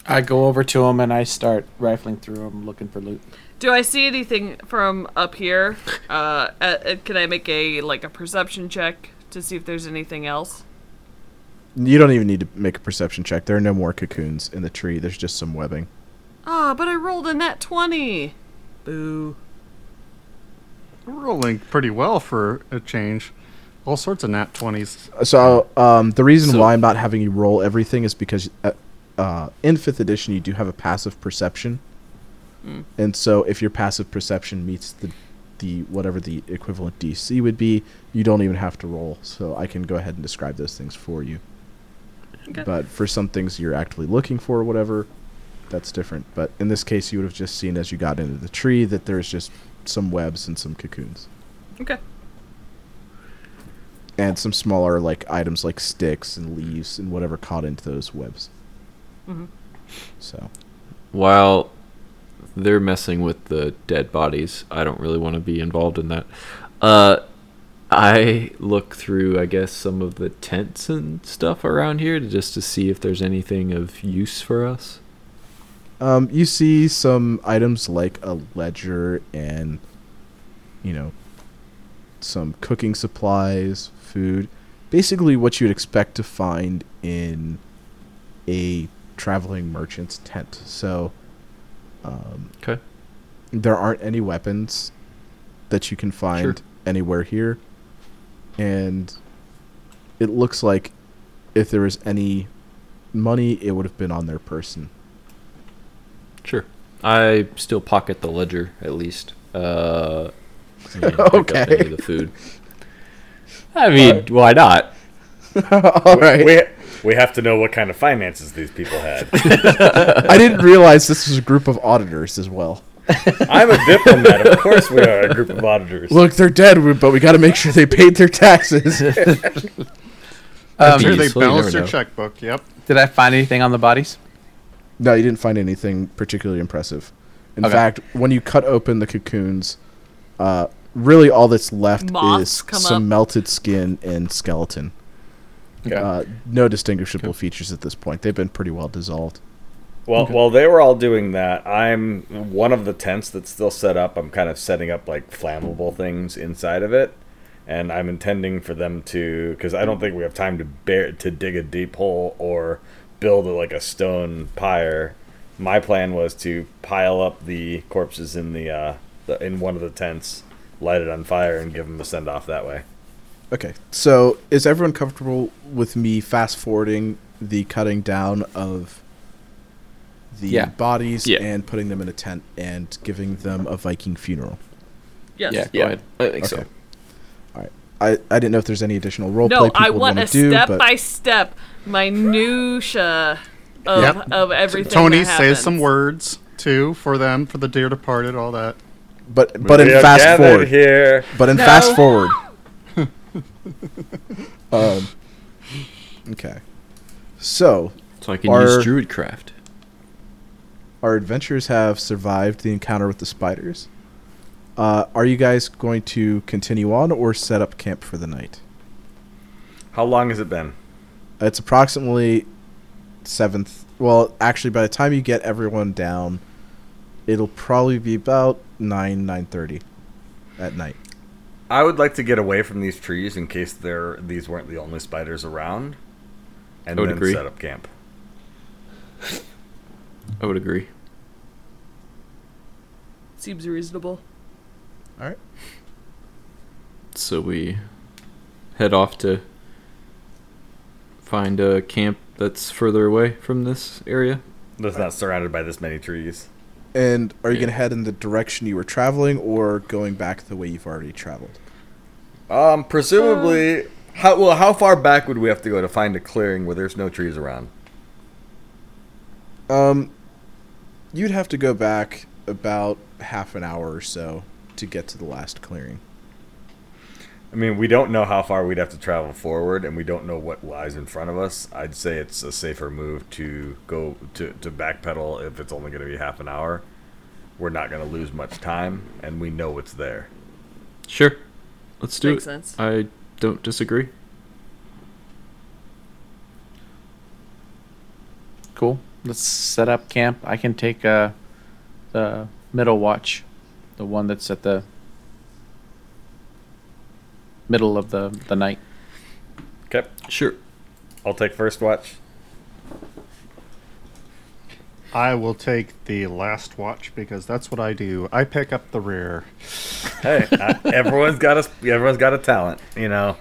[SPEAKER 5] I go over to him and I start rifling through him looking for loot.
[SPEAKER 4] Do I see anything from up here? Uh, uh, uh, can I make a like a perception check to see if there's anything else?
[SPEAKER 2] You don't even need to make a perception check. There are no more cocoons in the tree. There's just some webbing.
[SPEAKER 4] Ah, but I rolled a net twenty. Boo.
[SPEAKER 7] We're rolling pretty well for a change. All sorts of nat 20s.
[SPEAKER 2] So um, the reason
[SPEAKER 6] So-
[SPEAKER 2] why I'm not having you roll everything is because uh, uh, in fifth edition you do have a passive perception, and so if your passive perception meets the the whatever the equivalent DC would be, you don't even have to roll. So I can go ahead and describe those things for you.
[SPEAKER 4] Okay.
[SPEAKER 2] But for some things you're actively looking for, or whatever, that's different. But in this case, you would have just seen as you got into the tree that there's just some webs and some cocoons
[SPEAKER 4] Okay.
[SPEAKER 2] and some smaller like items like sticks and leaves and whatever caught into those webs. So
[SPEAKER 6] While they're messing with the dead bodies, I don't really want to be involved in that. Uh, I look through, I guess, some of the tents and stuff around here to, just to see if there's anything of use for us.
[SPEAKER 2] um, you see some items like a ledger and you know some cooking supplies, food, basically what you'd expect to find in a traveling merchant's tent. So
[SPEAKER 6] Okay.
[SPEAKER 2] there aren't any weapons that you can find
[SPEAKER 6] Sure.
[SPEAKER 2] anywhere here and it looks like if there was any money it would have been on their person
[SPEAKER 6] Sure. I still pocket the ledger at least. Uh, and pick up
[SPEAKER 2] Okay.
[SPEAKER 6] any of the food. Uh, I mean, why not?
[SPEAKER 2] all right
[SPEAKER 3] we, we have to know what kind of finances these people had.
[SPEAKER 2] i didn't realize this was a group of auditors as well
[SPEAKER 3] I'm a diplomat. Of course, we are a group of auditors.
[SPEAKER 2] look they're dead we- but we got to make sure they paid their taxes
[SPEAKER 5] Um,
[SPEAKER 7] Sure, they
[SPEAKER 6] Jeez, well, you
[SPEAKER 7] balance
[SPEAKER 6] never
[SPEAKER 7] their
[SPEAKER 6] know.
[SPEAKER 7] checkbook. Yep.
[SPEAKER 5] did I find anything on the bodies?
[SPEAKER 2] No, you didn't find anything particularly impressive. In
[SPEAKER 5] Okay.
[SPEAKER 2] fact, when you cut open the cocoons, uh, really all that's left
[SPEAKER 4] Moths
[SPEAKER 2] is
[SPEAKER 4] come
[SPEAKER 2] some
[SPEAKER 4] up.
[SPEAKER 2] melted skin and skeleton.
[SPEAKER 5] Okay.
[SPEAKER 2] Uh, no distinguishable features at this point. They've been pretty well dissolved.
[SPEAKER 3] Well, while they were all doing that, I'm one of the tents that's still set up. I'm kind of setting up like flammable things inside of it, and I'm intending for them to because I don't think we have time to bear to dig a deep hole or build like a stone pyre. My plan was to pile up the corpses in the, uh, the in one of the tents, light it on fire, and give them a send off that way.
[SPEAKER 2] Okay, so is everyone comfortable with me fast forwarding the cutting down of the
[SPEAKER 5] Yeah.
[SPEAKER 2] bodies
[SPEAKER 6] Yeah.
[SPEAKER 2] and putting them in a tent and giving them a Viking funeral?
[SPEAKER 4] Yes.
[SPEAKER 5] Yeah, go ahead.
[SPEAKER 6] I think
[SPEAKER 2] Okay. All right. I, I didn't know if there's any additional role play
[SPEAKER 4] No,
[SPEAKER 2] people
[SPEAKER 4] I
[SPEAKER 2] would
[SPEAKER 4] want
[SPEAKER 2] wanna
[SPEAKER 4] a
[SPEAKER 2] do,
[SPEAKER 4] step
[SPEAKER 2] but-
[SPEAKER 4] by step minutia of,
[SPEAKER 7] Yep.
[SPEAKER 4] of everything.
[SPEAKER 7] Tony
[SPEAKER 4] that
[SPEAKER 7] says some
[SPEAKER 4] happens.
[SPEAKER 7] words, too, for them, for the dear departed, all that.
[SPEAKER 2] But but in
[SPEAKER 3] We are
[SPEAKER 2] fast
[SPEAKER 3] gathered
[SPEAKER 2] forward.
[SPEAKER 3] here.
[SPEAKER 2] But in
[SPEAKER 4] No.
[SPEAKER 2] fast forward. um, okay. So
[SPEAKER 6] So I can
[SPEAKER 2] Are-
[SPEAKER 6] use druidcraft.
[SPEAKER 2] our adventurers have survived the encounter with the spiders. Uh, are you guys going to continue on or set up camp for the night?
[SPEAKER 3] How long has it been?
[SPEAKER 2] It's approximately seventh. Well, actually, by the time you get everyone down, It'll probably be about nine nine thirty at night.
[SPEAKER 1] I would like to get away from these trees in case there these weren't the only spiders around, and
[SPEAKER 6] I would
[SPEAKER 1] then
[SPEAKER 6] agree.
[SPEAKER 1] set up camp.
[SPEAKER 6] I would agree.
[SPEAKER 4] Seems reasonable.
[SPEAKER 2] All right.
[SPEAKER 6] So we head off to find a camp that's further away from this area.
[SPEAKER 1] That's not surrounded by this many trees.
[SPEAKER 2] And are you
[SPEAKER 6] Yeah.
[SPEAKER 2] going to head in the direction you were traveling, or going back the way you've already traveled?
[SPEAKER 1] Um, presumably, how well? How far back would we have to go to find a clearing where there's no trees around?
[SPEAKER 2] Um, you'd have to go back about half an hour or so to get to the last clearing.
[SPEAKER 1] I mean, we don't know how far we'd have to travel forward, and we don't know what lies in front of us. I'd say it's a safer move to go to, to backpedal if it's only going to be half an hour. We're not going to lose much time, and we know it's there.
[SPEAKER 6] Sure. Let's do
[SPEAKER 4] Makes
[SPEAKER 6] it.
[SPEAKER 4] sense.
[SPEAKER 6] I don't disagree.
[SPEAKER 5] Cool. Let's set up camp. I can take uh, the middle watch, the one that's at the middle of the, the night.
[SPEAKER 1] Okay,
[SPEAKER 6] Sure.
[SPEAKER 1] I'll take first watch.
[SPEAKER 7] I will take the last watch because that's what I do. I pick up the rear.
[SPEAKER 1] Hey, I, everyone's got a everyone's got a talent, you know.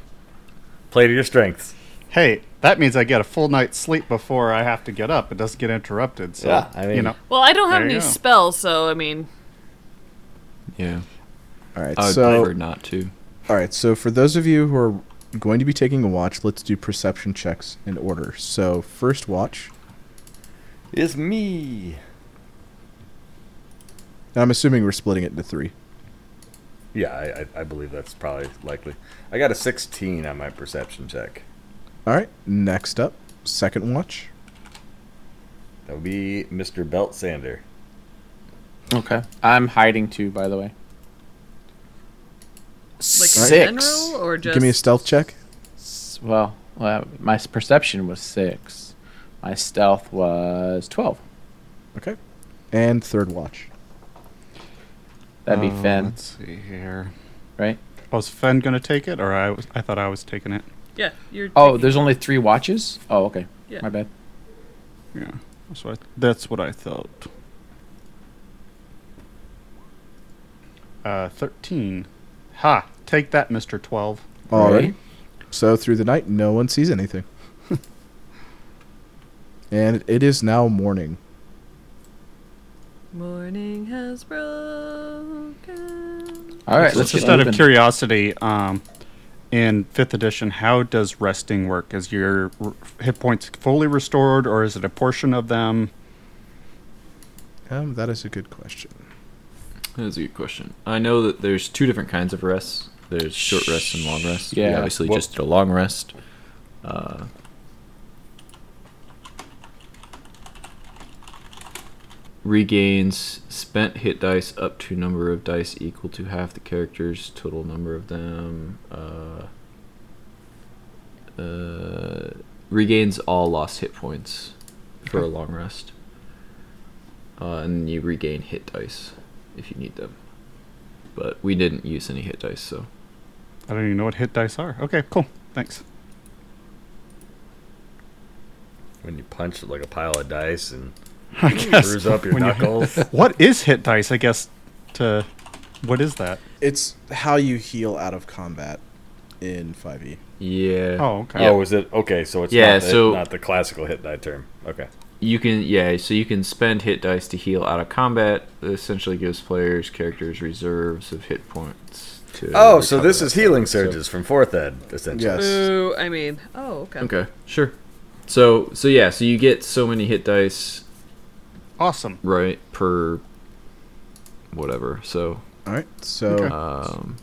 [SPEAKER 1] Play to your strengths.
[SPEAKER 7] Hey, that means I get a full night's sleep before I have to get up. It doesn't get interrupted. So,
[SPEAKER 1] Yeah, I mean-
[SPEAKER 7] you know,
[SPEAKER 4] Well, I don't have
[SPEAKER 7] There you
[SPEAKER 4] any
[SPEAKER 7] go.
[SPEAKER 4] spells, so I mean,
[SPEAKER 6] Yeah.
[SPEAKER 2] All right.
[SPEAKER 6] I would
[SPEAKER 2] so
[SPEAKER 6] prefer not to.
[SPEAKER 2] All right, so for those of you who are going to be taking a watch, let's do perception checks in order. So, first watch,
[SPEAKER 1] It's me.
[SPEAKER 2] and I'm assuming we're splitting it into three.
[SPEAKER 1] Yeah, I, I, I believe that's probably likely. I got a 16 on my perception check.
[SPEAKER 2] All right, next up, second watch.
[SPEAKER 1] That would be Mr. Belt Sander.
[SPEAKER 5] Okay. I'm hiding too, by the way.
[SPEAKER 4] like
[SPEAKER 5] Six.
[SPEAKER 4] in general, or just
[SPEAKER 2] Give me a stealth check.
[SPEAKER 5] S- Well, well, my s- perception was six. My stealth was 12.
[SPEAKER 2] Okay. And third watch.
[SPEAKER 5] That'd be
[SPEAKER 6] Oh.
[SPEAKER 7] Uh,
[SPEAKER 6] Um,
[SPEAKER 5] Finn,
[SPEAKER 7] Let's see here.
[SPEAKER 5] right?
[SPEAKER 7] Was Fen gonna take it, or I was? I thought I was taking it.
[SPEAKER 4] yeah. You're
[SPEAKER 5] Oh,
[SPEAKER 4] taking-
[SPEAKER 5] there's only three watches? Oh, okay.
[SPEAKER 4] Yeah.
[SPEAKER 5] My bad.
[SPEAKER 7] Yeah, that's what I, that's what I thought. Uh, thirteen. Ha! Take that, Mister Twelve.
[SPEAKER 2] All right.
[SPEAKER 5] Right.
[SPEAKER 2] So, through the night, no one sees anything. and it is now morning.
[SPEAKER 4] morning has broken.
[SPEAKER 5] All right,
[SPEAKER 7] So
[SPEAKER 5] let's
[SPEAKER 7] just
[SPEAKER 5] just
[SPEAKER 7] out of
[SPEAKER 5] open.
[SPEAKER 7] curiosity, um, in fifth edition, how does resting work? Is your r- hit points fully restored, or is it a portion of them?
[SPEAKER 2] Um, that is a good question.
[SPEAKER 6] That's a good question. I know that there's two different kinds of rests. There's short rest and long rest. We
[SPEAKER 5] Yeah.
[SPEAKER 6] obviously
[SPEAKER 5] Well-
[SPEAKER 6] just did a long rest. Uh, regains spent hit dice up to number of dice equal to half the character's total number of them. Uh, uh, regains all lost hit points for a long rest. Uh, and you regain hit dice if you need them. But we didn't use any hit dice, so.
[SPEAKER 7] I don't even know what hit dice are. Okay, cool. Thanks.
[SPEAKER 1] When you punch like a pile of dice and
[SPEAKER 7] I guess
[SPEAKER 1] bruise up your
[SPEAKER 7] when you-
[SPEAKER 1] knuckles.
[SPEAKER 7] what is hit dice? I guess to what is that?
[SPEAKER 2] It's how you heal out of combat in E 5e.
[SPEAKER 6] Yeah.
[SPEAKER 7] Oh, okay.
[SPEAKER 1] Oh, is it okay? So it's
[SPEAKER 6] Yeah,
[SPEAKER 1] Not the,
[SPEAKER 6] so-
[SPEAKER 1] not the classical hit die term. Okay.
[SPEAKER 6] You can yeah, so you can spend hit dice to heal out of combat. It essentially gives players characters reserves of hit points to
[SPEAKER 1] Oh, so
[SPEAKER 6] recover
[SPEAKER 1] this
[SPEAKER 6] that
[SPEAKER 1] is healing
[SPEAKER 6] stuff, so-
[SPEAKER 1] surges from fourth ed, essentially.
[SPEAKER 2] Yes.
[SPEAKER 4] Ooh, I mean, oh, okay.
[SPEAKER 6] Okay, sure. So so yeah, so you get so many hit dice
[SPEAKER 7] Awesome.
[SPEAKER 6] right per whatever. So
[SPEAKER 2] All right. So,
[SPEAKER 7] Okay.
[SPEAKER 6] um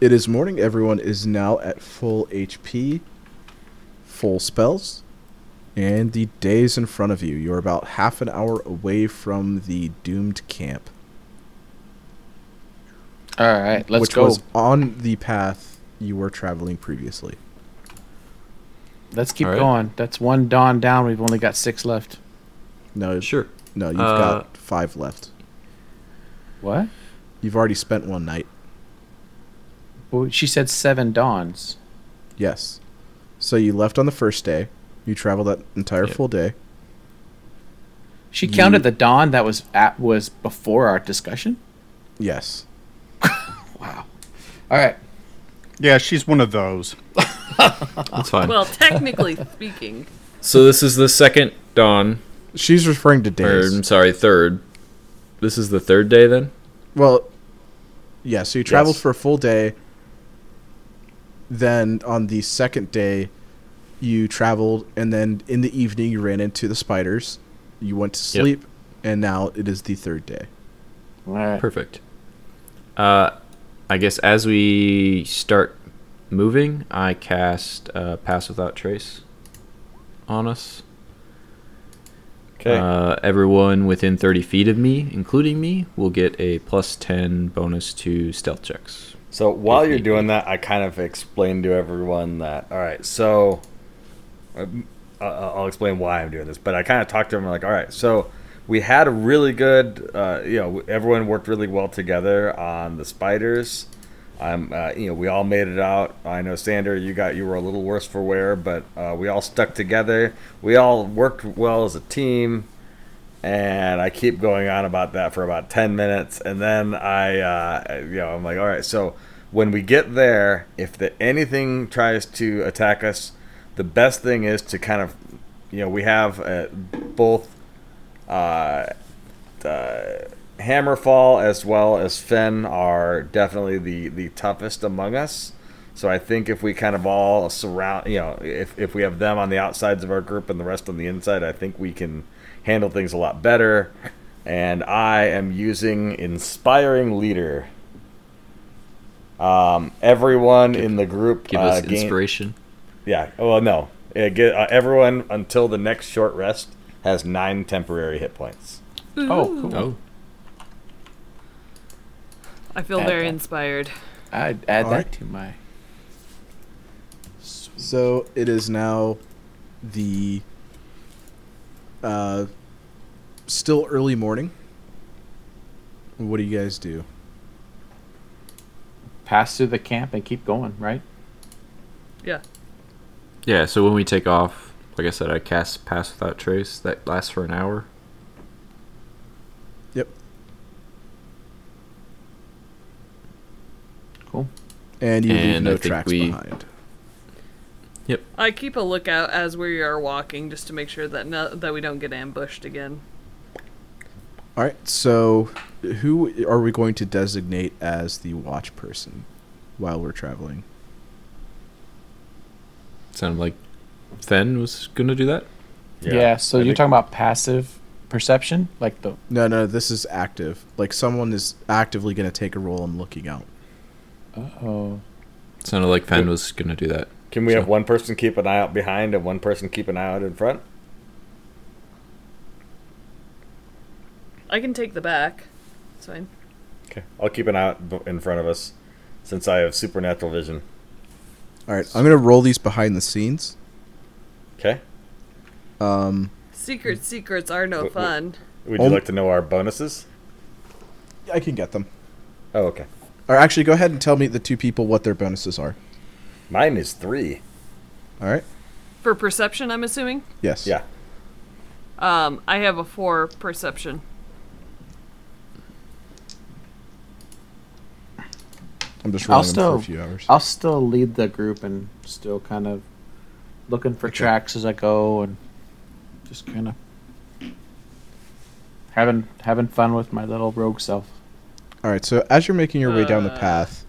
[SPEAKER 2] It is morning. Everyone is now at full HP, full spells, and the day is in front of you. You're about half an hour away from the doomed camp,
[SPEAKER 5] All right, let's
[SPEAKER 2] which
[SPEAKER 5] go.
[SPEAKER 2] was on the path you were traveling previously.
[SPEAKER 5] Let's keep
[SPEAKER 6] All right.
[SPEAKER 5] going. That's one dawn down. We've only got six left.
[SPEAKER 2] No,
[SPEAKER 6] sure.
[SPEAKER 2] no, you've
[SPEAKER 6] Uh,
[SPEAKER 2] got five left.
[SPEAKER 5] What?
[SPEAKER 2] You've already spent one night.
[SPEAKER 5] Well, she said seven dawns.
[SPEAKER 2] Yes. So you left on the first day. You traveled that entire
[SPEAKER 6] Yep.
[SPEAKER 2] full day.
[SPEAKER 5] She counted the dawn that was at was before our discussion.
[SPEAKER 2] Yes.
[SPEAKER 5] All right.
[SPEAKER 7] Yeah, she's one of those.
[SPEAKER 6] That's fine.
[SPEAKER 4] Well, technically speaking,
[SPEAKER 8] So this is the second dawn.
[SPEAKER 2] She's referring to
[SPEAKER 8] Or,
[SPEAKER 2] days.
[SPEAKER 8] I'm sorry, third. This is the third day then?
[SPEAKER 2] Well, yeah, so you traveled
[SPEAKER 8] Yes.
[SPEAKER 2] for a full day. Then on the second day, you traveled, and then in the evening, you ran into the spiders. You went to
[SPEAKER 8] Yep.
[SPEAKER 2] sleep, and now it is the third day.
[SPEAKER 5] All right.
[SPEAKER 8] Perfect. Uh, I guess as we start moving, I cast uh, Pass Without Trace on us.
[SPEAKER 1] Okay.
[SPEAKER 8] Uh, everyone within 30 feet of me, including me, will get a plus 10 bonus to stealth checks.
[SPEAKER 1] So while
[SPEAKER 8] If
[SPEAKER 1] you're
[SPEAKER 8] need
[SPEAKER 1] doing that, I kind of explain to everyone that all right. So um, I- I'll explain why I'm doing this, but I kind of talked to them like, all right, so we had a really good, uh, you know, everyone worked really well together on the spiders. I'm, uh, you know, we all made it out. I know Sander, you got you were a little worse for wear, but uh, we all stuck together. We all worked well as a team and I keep going on about that for about 10 minutes and then I uh, you know I'm like all right so when we get there if the, anything tries to attack us the best thing is to kind of you know we have uh, both uh, uh, Hammerfall as well as Fen are definitely the the toughest among us so I think if we kind of all surround, you know, if, if we have them on the outsides of our group and the rest on the inside, I think we can handle things a lot better. And I am using Inspiring Leader. Um, everyone in the group
[SPEAKER 8] Give
[SPEAKER 1] uh,
[SPEAKER 8] us
[SPEAKER 1] gain-
[SPEAKER 8] inspiration.
[SPEAKER 1] Yeah. Well, no. Uh, get, uh, everyone until the next short rest has nine temporary hit points.
[SPEAKER 5] Oh, cool.
[SPEAKER 8] Oh,
[SPEAKER 4] I feel
[SPEAKER 5] Add
[SPEAKER 4] very
[SPEAKER 5] that.
[SPEAKER 4] inspired.
[SPEAKER 5] I'd add
[SPEAKER 2] All
[SPEAKER 5] that
[SPEAKER 2] right.
[SPEAKER 5] to my.
[SPEAKER 2] So it is now the uh, still early morning. What do you guys do?
[SPEAKER 5] Pass through the camp and keep going, right?
[SPEAKER 4] Yeah.
[SPEAKER 8] yeah. So when we take off, like I said, I cast Pass Without Trace. That lasts for an hour.
[SPEAKER 2] Yep.
[SPEAKER 5] Cool.
[SPEAKER 2] And you leave
[SPEAKER 8] And I
[SPEAKER 2] no
[SPEAKER 8] think
[SPEAKER 2] tracks
[SPEAKER 8] we-
[SPEAKER 2] behind.
[SPEAKER 4] I keep a lookout as we are walking just to make sure that no, that we don't get ambushed again.
[SPEAKER 2] All right. So, who are we going to designate as the watch person while we're traveling?
[SPEAKER 8] Sounded like Fen was gonna do that.
[SPEAKER 5] Yeah. so
[SPEAKER 1] I
[SPEAKER 5] you're
[SPEAKER 1] think-
[SPEAKER 5] talking about passive perception, like the.
[SPEAKER 2] No, no, this is active. Like someone is actively going to take a role and looking out.
[SPEAKER 5] Oh.
[SPEAKER 8] Sounded like Fen was gonna do that.
[SPEAKER 1] Can we
[SPEAKER 8] So-
[SPEAKER 1] have one person keep an eye out behind and one person keep an eye out in front?
[SPEAKER 4] I can take the back. It's fine.
[SPEAKER 1] Okay. I'll keep an eye out b- in front of us since I have supernatural vision.
[SPEAKER 2] All right. I'm going to roll these behind the scenes.
[SPEAKER 1] Okay.
[SPEAKER 2] Um,
[SPEAKER 4] Secret secrets are no
[SPEAKER 1] Wh- wh-
[SPEAKER 4] fun.
[SPEAKER 1] Would you
[SPEAKER 2] Om-
[SPEAKER 1] like to know our bonuses?
[SPEAKER 2] I can get them.
[SPEAKER 1] Oh, okay.
[SPEAKER 2] Or actually, go ahead and tell me the two people what their bonuses are.
[SPEAKER 1] Mine is three.
[SPEAKER 2] All right.
[SPEAKER 4] For perception, I'm assuming.
[SPEAKER 2] Yes.
[SPEAKER 1] Yeah.
[SPEAKER 4] Um, I have a four perception.
[SPEAKER 2] I'm just
[SPEAKER 5] I'll
[SPEAKER 2] rolling them for
[SPEAKER 5] still,
[SPEAKER 2] a few hours.
[SPEAKER 5] I'll still lead the group and still kind of looking for tracks as I go and just kind of having having fun with my little rogue self.
[SPEAKER 2] All right, so as you're making your way down the
[SPEAKER 4] Uh.
[SPEAKER 2] path,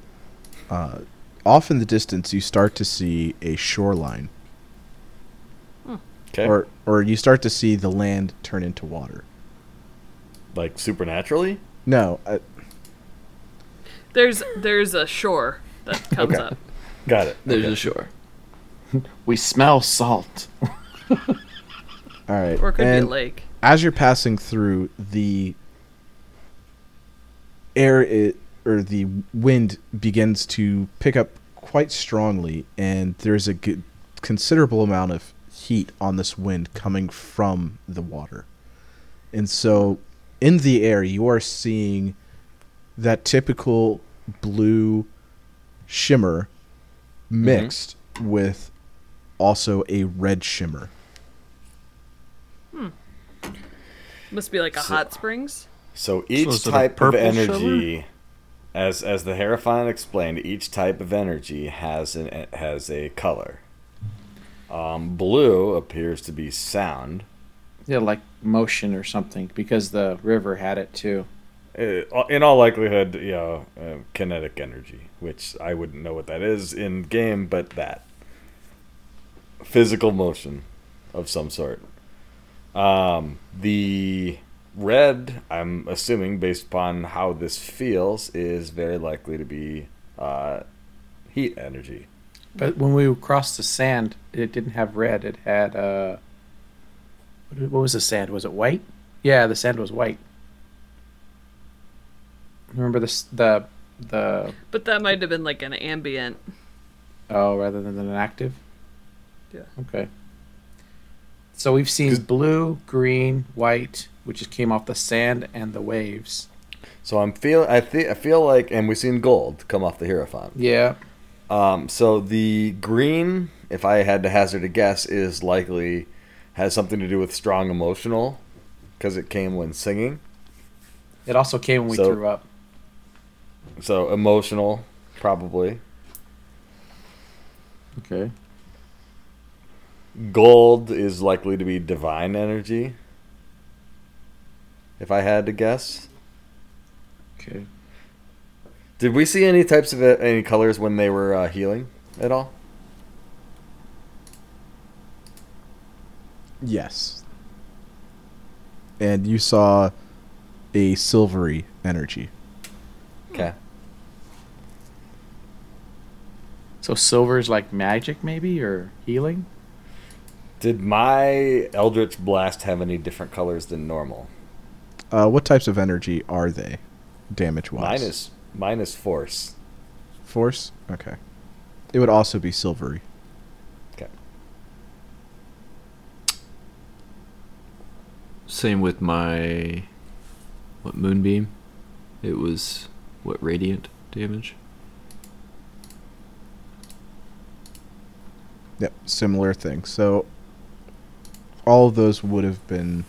[SPEAKER 2] uh, off in the distance, you start to see a shoreline.
[SPEAKER 4] Hmm.
[SPEAKER 1] Okay.
[SPEAKER 2] Or, or you start to see the land turn into water.
[SPEAKER 1] like supernaturally?
[SPEAKER 2] No, uh,
[SPEAKER 4] There's there's a shore that comes
[SPEAKER 1] Okay.
[SPEAKER 4] up.
[SPEAKER 1] Got it.
[SPEAKER 6] There's a shore.
[SPEAKER 5] We smell salt.
[SPEAKER 2] all right.
[SPEAKER 4] Or could
[SPEAKER 2] and
[SPEAKER 4] be a lake.
[SPEAKER 2] as you're passing through, the air i or the wind begins to pick up quite strongly, and there's a g- considerable amount of heat on this wind coming from the water. And so, in the air, you are seeing that typical blue shimmer mixed with also a red shimmer.
[SPEAKER 4] Must be like a hot springs.
[SPEAKER 1] So
[SPEAKER 7] So
[SPEAKER 1] each
[SPEAKER 7] is it a
[SPEAKER 1] type of
[SPEAKER 7] purple
[SPEAKER 1] energy, as as the Hierophant explained, each type of energy has an has a color. Um, blue appears to be sound.
[SPEAKER 5] Yeah, like motion or something, because the river had it too.
[SPEAKER 1] Uh, in all likelihood, you know, uh, kinetic energy, which I wouldn't know what that is in game, but that physical motion of some sort. Um, the red, I'm assuming, based upon how this feels, is very likely to be uh, heat energy.
[SPEAKER 5] But when we crossed the sand, it didn't have red. It had uh, what what was the sand? Was it white? Yeah, the sand was white. Remember this the the
[SPEAKER 4] But that might have been like an ambient.
[SPEAKER 5] oh rather than an active.
[SPEAKER 4] Yeah.
[SPEAKER 5] Okay. So we've seen blue, green, white, which just came off the sand and the waves.
[SPEAKER 1] So I'm feel I, th- I feel like, and we've seen gold come off the Hierophant.
[SPEAKER 5] Yeah.
[SPEAKER 1] Um, so the green, if I had to hazard a guess, is likely has something to do with strong emotional because it came when singing.
[SPEAKER 5] It also came when we
[SPEAKER 1] So-
[SPEAKER 5] threw up.
[SPEAKER 1] So emotional, probably.
[SPEAKER 5] Okay.
[SPEAKER 1] Gold is likely to be divine energy. If I had to guess,
[SPEAKER 5] Okay.
[SPEAKER 1] did we see any types of it, any colors when they were uh, healing at all?
[SPEAKER 2] Yes. And you saw a silvery energy.
[SPEAKER 1] Okay.
[SPEAKER 5] So silver's like magic, maybe, or healing.
[SPEAKER 1] Did my Eldritch Blast have any different colors than normal?
[SPEAKER 2] Uh, what types of energy are they, damage wise?
[SPEAKER 1] Minus minus force.
[SPEAKER 2] force. Okay. It would also be silvery.
[SPEAKER 6] Same with my what moonbeam. It was what radiant damage.
[SPEAKER 2] Yep, similar thing. So all of those would have been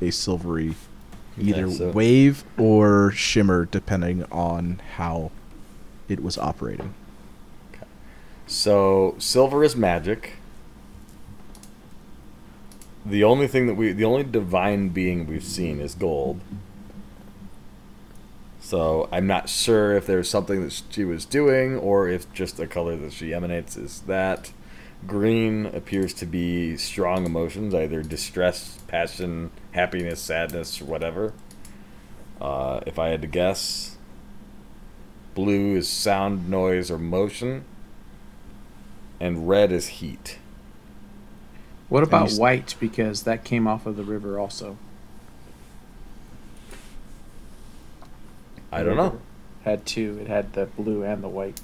[SPEAKER 2] a silvery either
[SPEAKER 1] Okay, so-
[SPEAKER 2] wave or shimmer depending on how it was operating.
[SPEAKER 1] So silver is magic. The only thing that we, the only divine being we've seen is gold. So I'm not sure if there's something that she was doing, or if just the color that she emanates is that. Green appears to be strong emotions, either distress, passion, happiness, sadness, whatever. Uh, if I had to guess, blue is sound, noise, or motion and red is heat.
[SPEAKER 5] What about
[SPEAKER 2] he's-
[SPEAKER 5] white? Because that came off of the river also.
[SPEAKER 1] I don't know.
[SPEAKER 5] Had two. It had the blue and the white.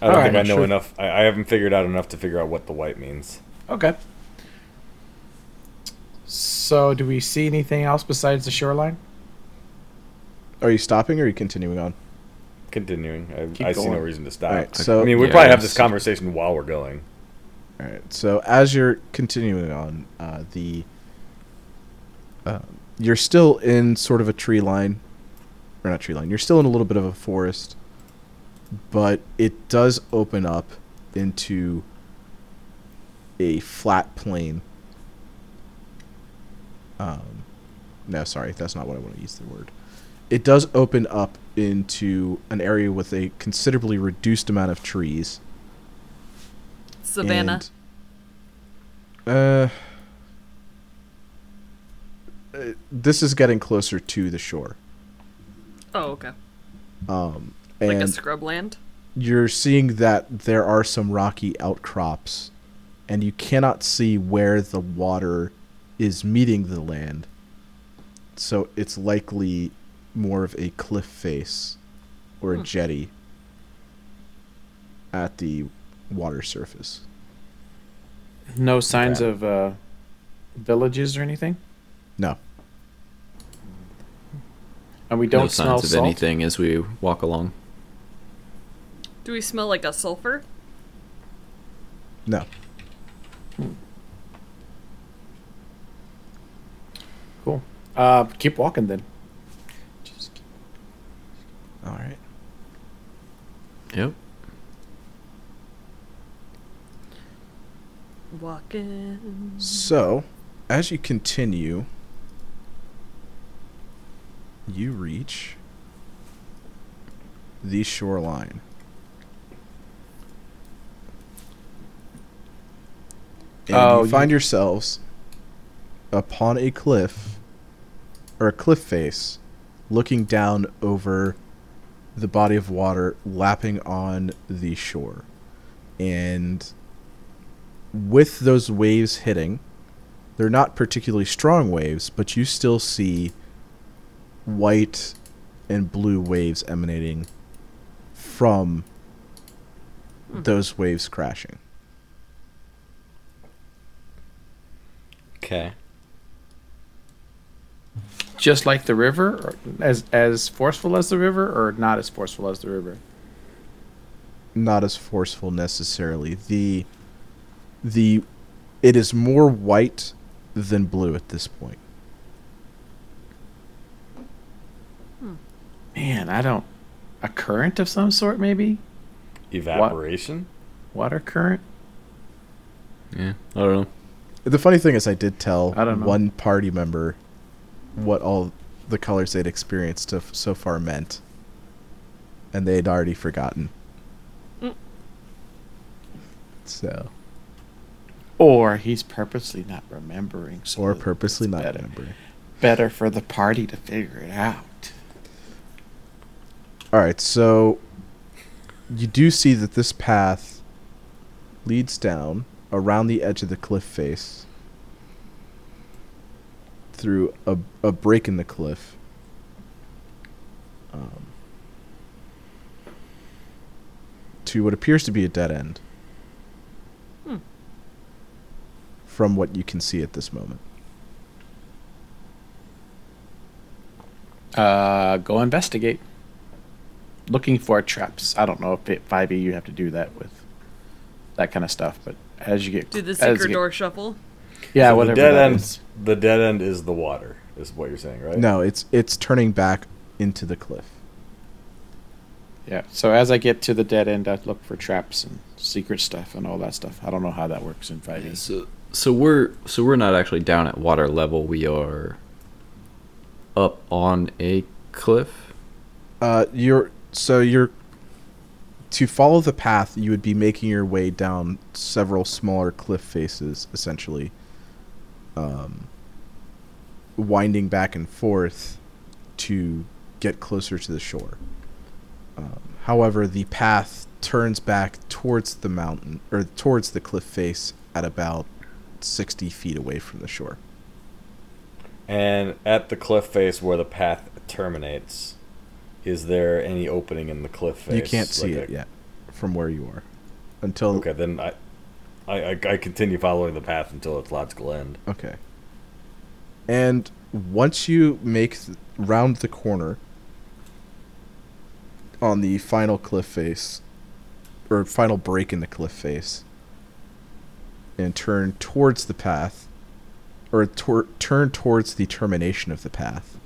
[SPEAKER 1] I don't
[SPEAKER 5] Alright,
[SPEAKER 1] think I know
[SPEAKER 5] sure.
[SPEAKER 1] enough. I, I haven't figured out enough to figure out what the white means.
[SPEAKER 5] Okay. So, do we see anything else besides the shoreline?
[SPEAKER 2] Are you stopping or are you continuing on?
[SPEAKER 1] Continuing,
[SPEAKER 5] Keep
[SPEAKER 1] I, I see no
[SPEAKER 5] going.
[SPEAKER 1] reason to stop.
[SPEAKER 2] Alright, so-
[SPEAKER 1] I mean, we probably have this
[SPEAKER 6] Yes.
[SPEAKER 1] conversation while we're going.
[SPEAKER 2] All right. So as you're continuing on, uh, the uh, you're still in sort of a tree line, or not tree line. You're still in a little bit of a forest, but it does open up into a flat plain. Um, no, sorry, that's not what I want to use the word. It does open up into an area with a considerably reduced amount of trees.
[SPEAKER 4] Savannah.
[SPEAKER 2] And, uh, uh, this is getting closer to the shore.
[SPEAKER 4] oh, okay.
[SPEAKER 2] Um,
[SPEAKER 4] Like
[SPEAKER 2] and
[SPEAKER 4] a scrubland.
[SPEAKER 2] you're seeing that there are some rocky outcrops, and you cannot see where the water is meeting the land. So it's likely more of a cliff face or
[SPEAKER 4] Hmm.
[SPEAKER 2] a jetty at the water surface.
[SPEAKER 5] No signs of uh, villages or anything.
[SPEAKER 2] No.
[SPEAKER 5] And we don't
[SPEAKER 6] no
[SPEAKER 5] smell
[SPEAKER 6] signs of
[SPEAKER 5] salt.
[SPEAKER 6] anything as we walk along.
[SPEAKER 4] Do we smell like a sulfur?
[SPEAKER 2] No.
[SPEAKER 5] Cool. Uh, keep walking then. Just keep-
[SPEAKER 2] All right.
[SPEAKER 6] Yep.
[SPEAKER 4] Walking.
[SPEAKER 2] So, as you continue, you reach the shoreline. And
[SPEAKER 5] Oh,
[SPEAKER 2] you
[SPEAKER 5] you-
[SPEAKER 2] find yourselves upon a cliff or a cliff face looking down over the body of water lapping on the shore. And with those waves hitting, they're not particularly strong waves, but you still see white and blue waves emanating from those waves crashing.
[SPEAKER 1] Okay.
[SPEAKER 5] Just like the river, or as as forceful as the river, or not as forceful as the river.
[SPEAKER 2] Not as forceful necessarily. The the it is more white than blue at this point.
[SPEAKER 5] Man, I don't. A current of some sort, maybe
[SPEAKER 1] Evaporation?
[SPEAKER 5] water current.
[SPEAKER 6] Yeah. I don't know.
[SPEAKER 2] The funny thing is I did tell
[SPEAKER 5] I don't know.
[SPEAKER 2] one party member what all the colors they'd experienced to, so far meant. And they had already forgotten. So
[SPEAKER 5] Or he's purposely not remembering. So
[SPEAKER 2] or
[SPEAKER 5] that
[SPEAKER 2] purposely
[SPEAKER 5] it's
[SPEAKER 2] not
[SPEAKER 5] better,
[SPEAKER 2] remembering.
[SPEAKER 5] better for the party to figure it out.
[SPEAKER 2] All right, so you do see that this path leads down around the edge of the cliff face through a, a break in the cliff. Um, to what appears to be a dead end.
[SPEAKER 4] Hmm.
[SPEAKER 2] From what you can see at this moment.
[SPEAKER 5] Uh, go investigate. Looking for traps. I don't know if it, 5e you have to do that with that kind of stuff, but as you get
[SPEAKER 4] Do the
[SPEAKER 5] as
[SPEAKER 4] secret
[SPEAKER 5] you get-
[SPEAKER 4] door shuffle?
[SPEAKER 5] yeah,
[SPEAKER 1] So the
[SPEAKER 5] whatever.
[SPEAKER 1] dead
[SPEAKER 5] that
[SPEAKER 1] end-
[SPEAKER 5] is.
[SPEAKER 1] The dead end is the water, is what you're saying, right?
[SPEAKER 2] No, it's it's turning back into the cliff.
[SPEAKER 5] Yeah. So as I get to the dead end, I look for traps and secret stuff and all that stuff. I don't know how that works in 5e.
[SPEAKER 6] So so we're so we're not actually down at water level. We are up on a cliff.
[SPEAKER 2] Uh, you're so you're to follow the path. You would be making your way down several smaller cliff faces, essentially, um, winding back and forth to get closer to the shore. Um, however, the path turns back towards the mountain or towards the cliff face at about sixty feet away from the shore.
[SPEAKER 1] And at the cliff face where the path terminates, is there any opening in the cliff face?
[SPEAKER 2] you can't see
[SPEAKER 1] Like
[SPEAKER 2] it
[SPEAKER 1] a-
[SPEAKER 2] yet from where you are until
[SPEAKER 1] Okay, then I, I, I, I continue following the path until its logical end.
[SPEAKER 2] Okay. And once you make th- round the corner on the final cliff face, or final break in the cliff face, and turn towards the path, or tor- turn towards the termination of the path,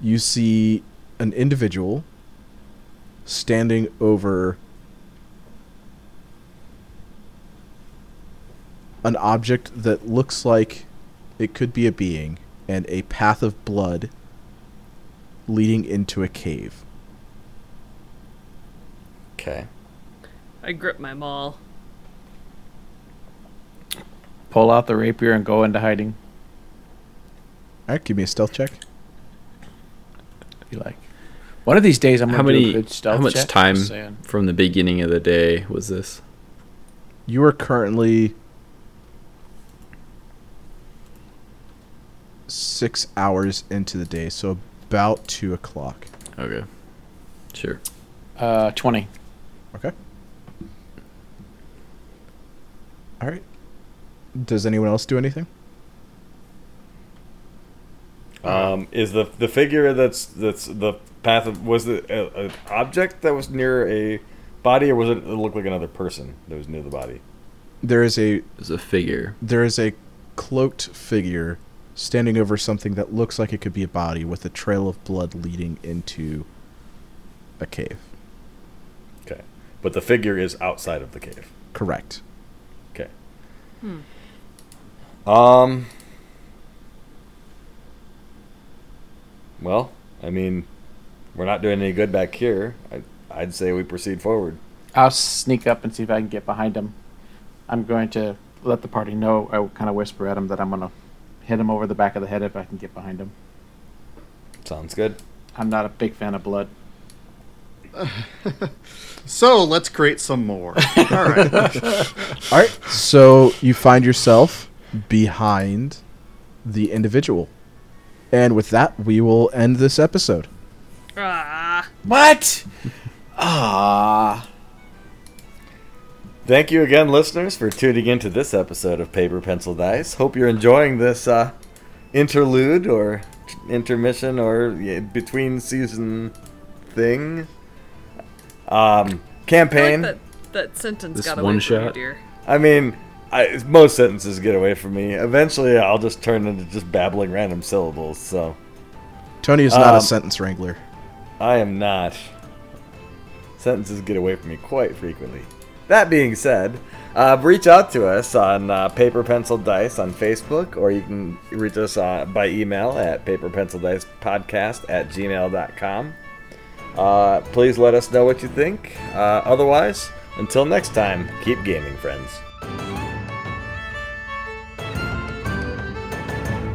[SPEAKER 2] you see an individual standing over an object that looks like it could be a being and a path of blood leading into a cave.
[SPEAKER 1] Okay.
[SPEAKER 4] I grip my maul.
[SPEAKER 5] Pull out the rapier and go into hiding.
[SPEAKER 2] All right, give me a stealth check.
[SPEAKER 5] Be like, one of these days I'm gonna
[SPEAKER 6] How
[SPEAKER 5] do a
[SPEAKER 6] many-
[SPEAKER 5] good stealth
[SPEAKER 6] how much
[SPEAKER 5] check, just
[SPEAKER 6] time-
[SPEAKER 5] saying.
[SPEAKER 6] From the beginning of the day was this.
[SPEAKER 2] You are currently six hours into the day, so about two o'clock.
[SPEAKER 6] Okay. Sure.
[SPEAKER 5] Uh, twenty.
[SPEAKER 2] Okay. All right. Does anyone else do anything?
[SPEAKER 1] Um, is the the figure that's that's the path of was it a- an object that was near a body, or was it, it looked like another person that was near the body?
[SPEAKER 2] There is a
[SPEAKER 6] It's a figure.
[SPEAKER 2] there is a cloaked figure standing over something that looks like it could be a body with a trail of blood leading into a cave.
[SPEAKER 1] Okay, but the figure is outside of the cave.
[SPEAKER 2] Correct.
[SPEAKER 1] Okay. Um. Well, I mean, we're not doing any good back here. I, I'd say we proceed forward.
[SPEAKER 5] I'll sneak up and see if I can get behind him. I'm going to let the party know. I kind of whisper at him that I'm going to hit him over the back of the head if I can get behind him.
[SPEAKER 1] Sounds good.
[SPEAKER 5] I'm not a big fan of blood.
[SPEAKER 9] So let's create some more. All right.
[SPEAKER 2] All right. So you find yourself behind the individual. And with that, we will end this episode.
[SPEAKER 4] Ah,
[SPEAKER 5] What? Ah.
[SPEAKER 1] Thank you again, listeners, for tuning into this episode of Paper Pencil Dice. Hope you're enjoying this uh, interlude or intermission or yeah, between season thing. Um,
[SPEAKER 4] I
[SPEAKER 1] campaign.
[SPEAKER 4] like that, that sentence
[SPEAKER 6] This
[SPEAKER 4] got
[SPEAKER 6] one
[SPEAKER 4] away from you,
[SPEAKER 6] shot.
[SPEAKER 4] dear.
[SPEAKER 1] I mean, I, most sentences get away from me. Eventually, I'll just turn into just babbling random syllables. So
[SPEAKER 2] Tony is not
[SPEAKER 1] Um,
[SPEAKER 2] a sentence wrangler.
[SPEAKER 1] I am not. Sentences get away from me quite frequently. That being said, uh, reach out to us on uh, Paper Pencil Dice on Facebook, or you can reach us uh, by email at paperpencildicepodcast at gmail.com. Uh, please let us know what you think. Uh, otherwise, until next time, keep gaming, friends.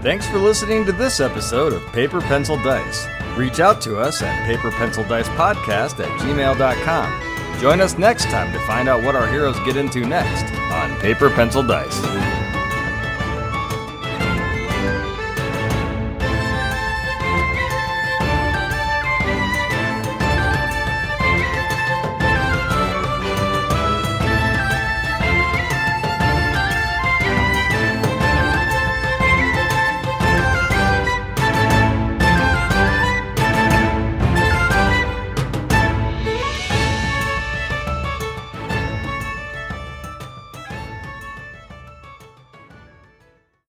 [SPEAKER 1] Thanks for listening to this episode of Paper Pencil Dice. Reach out to us at paperpencildicepodcast at gmail.com. Join us next time to find out what our heroes get into next on Paper Pencil Dice.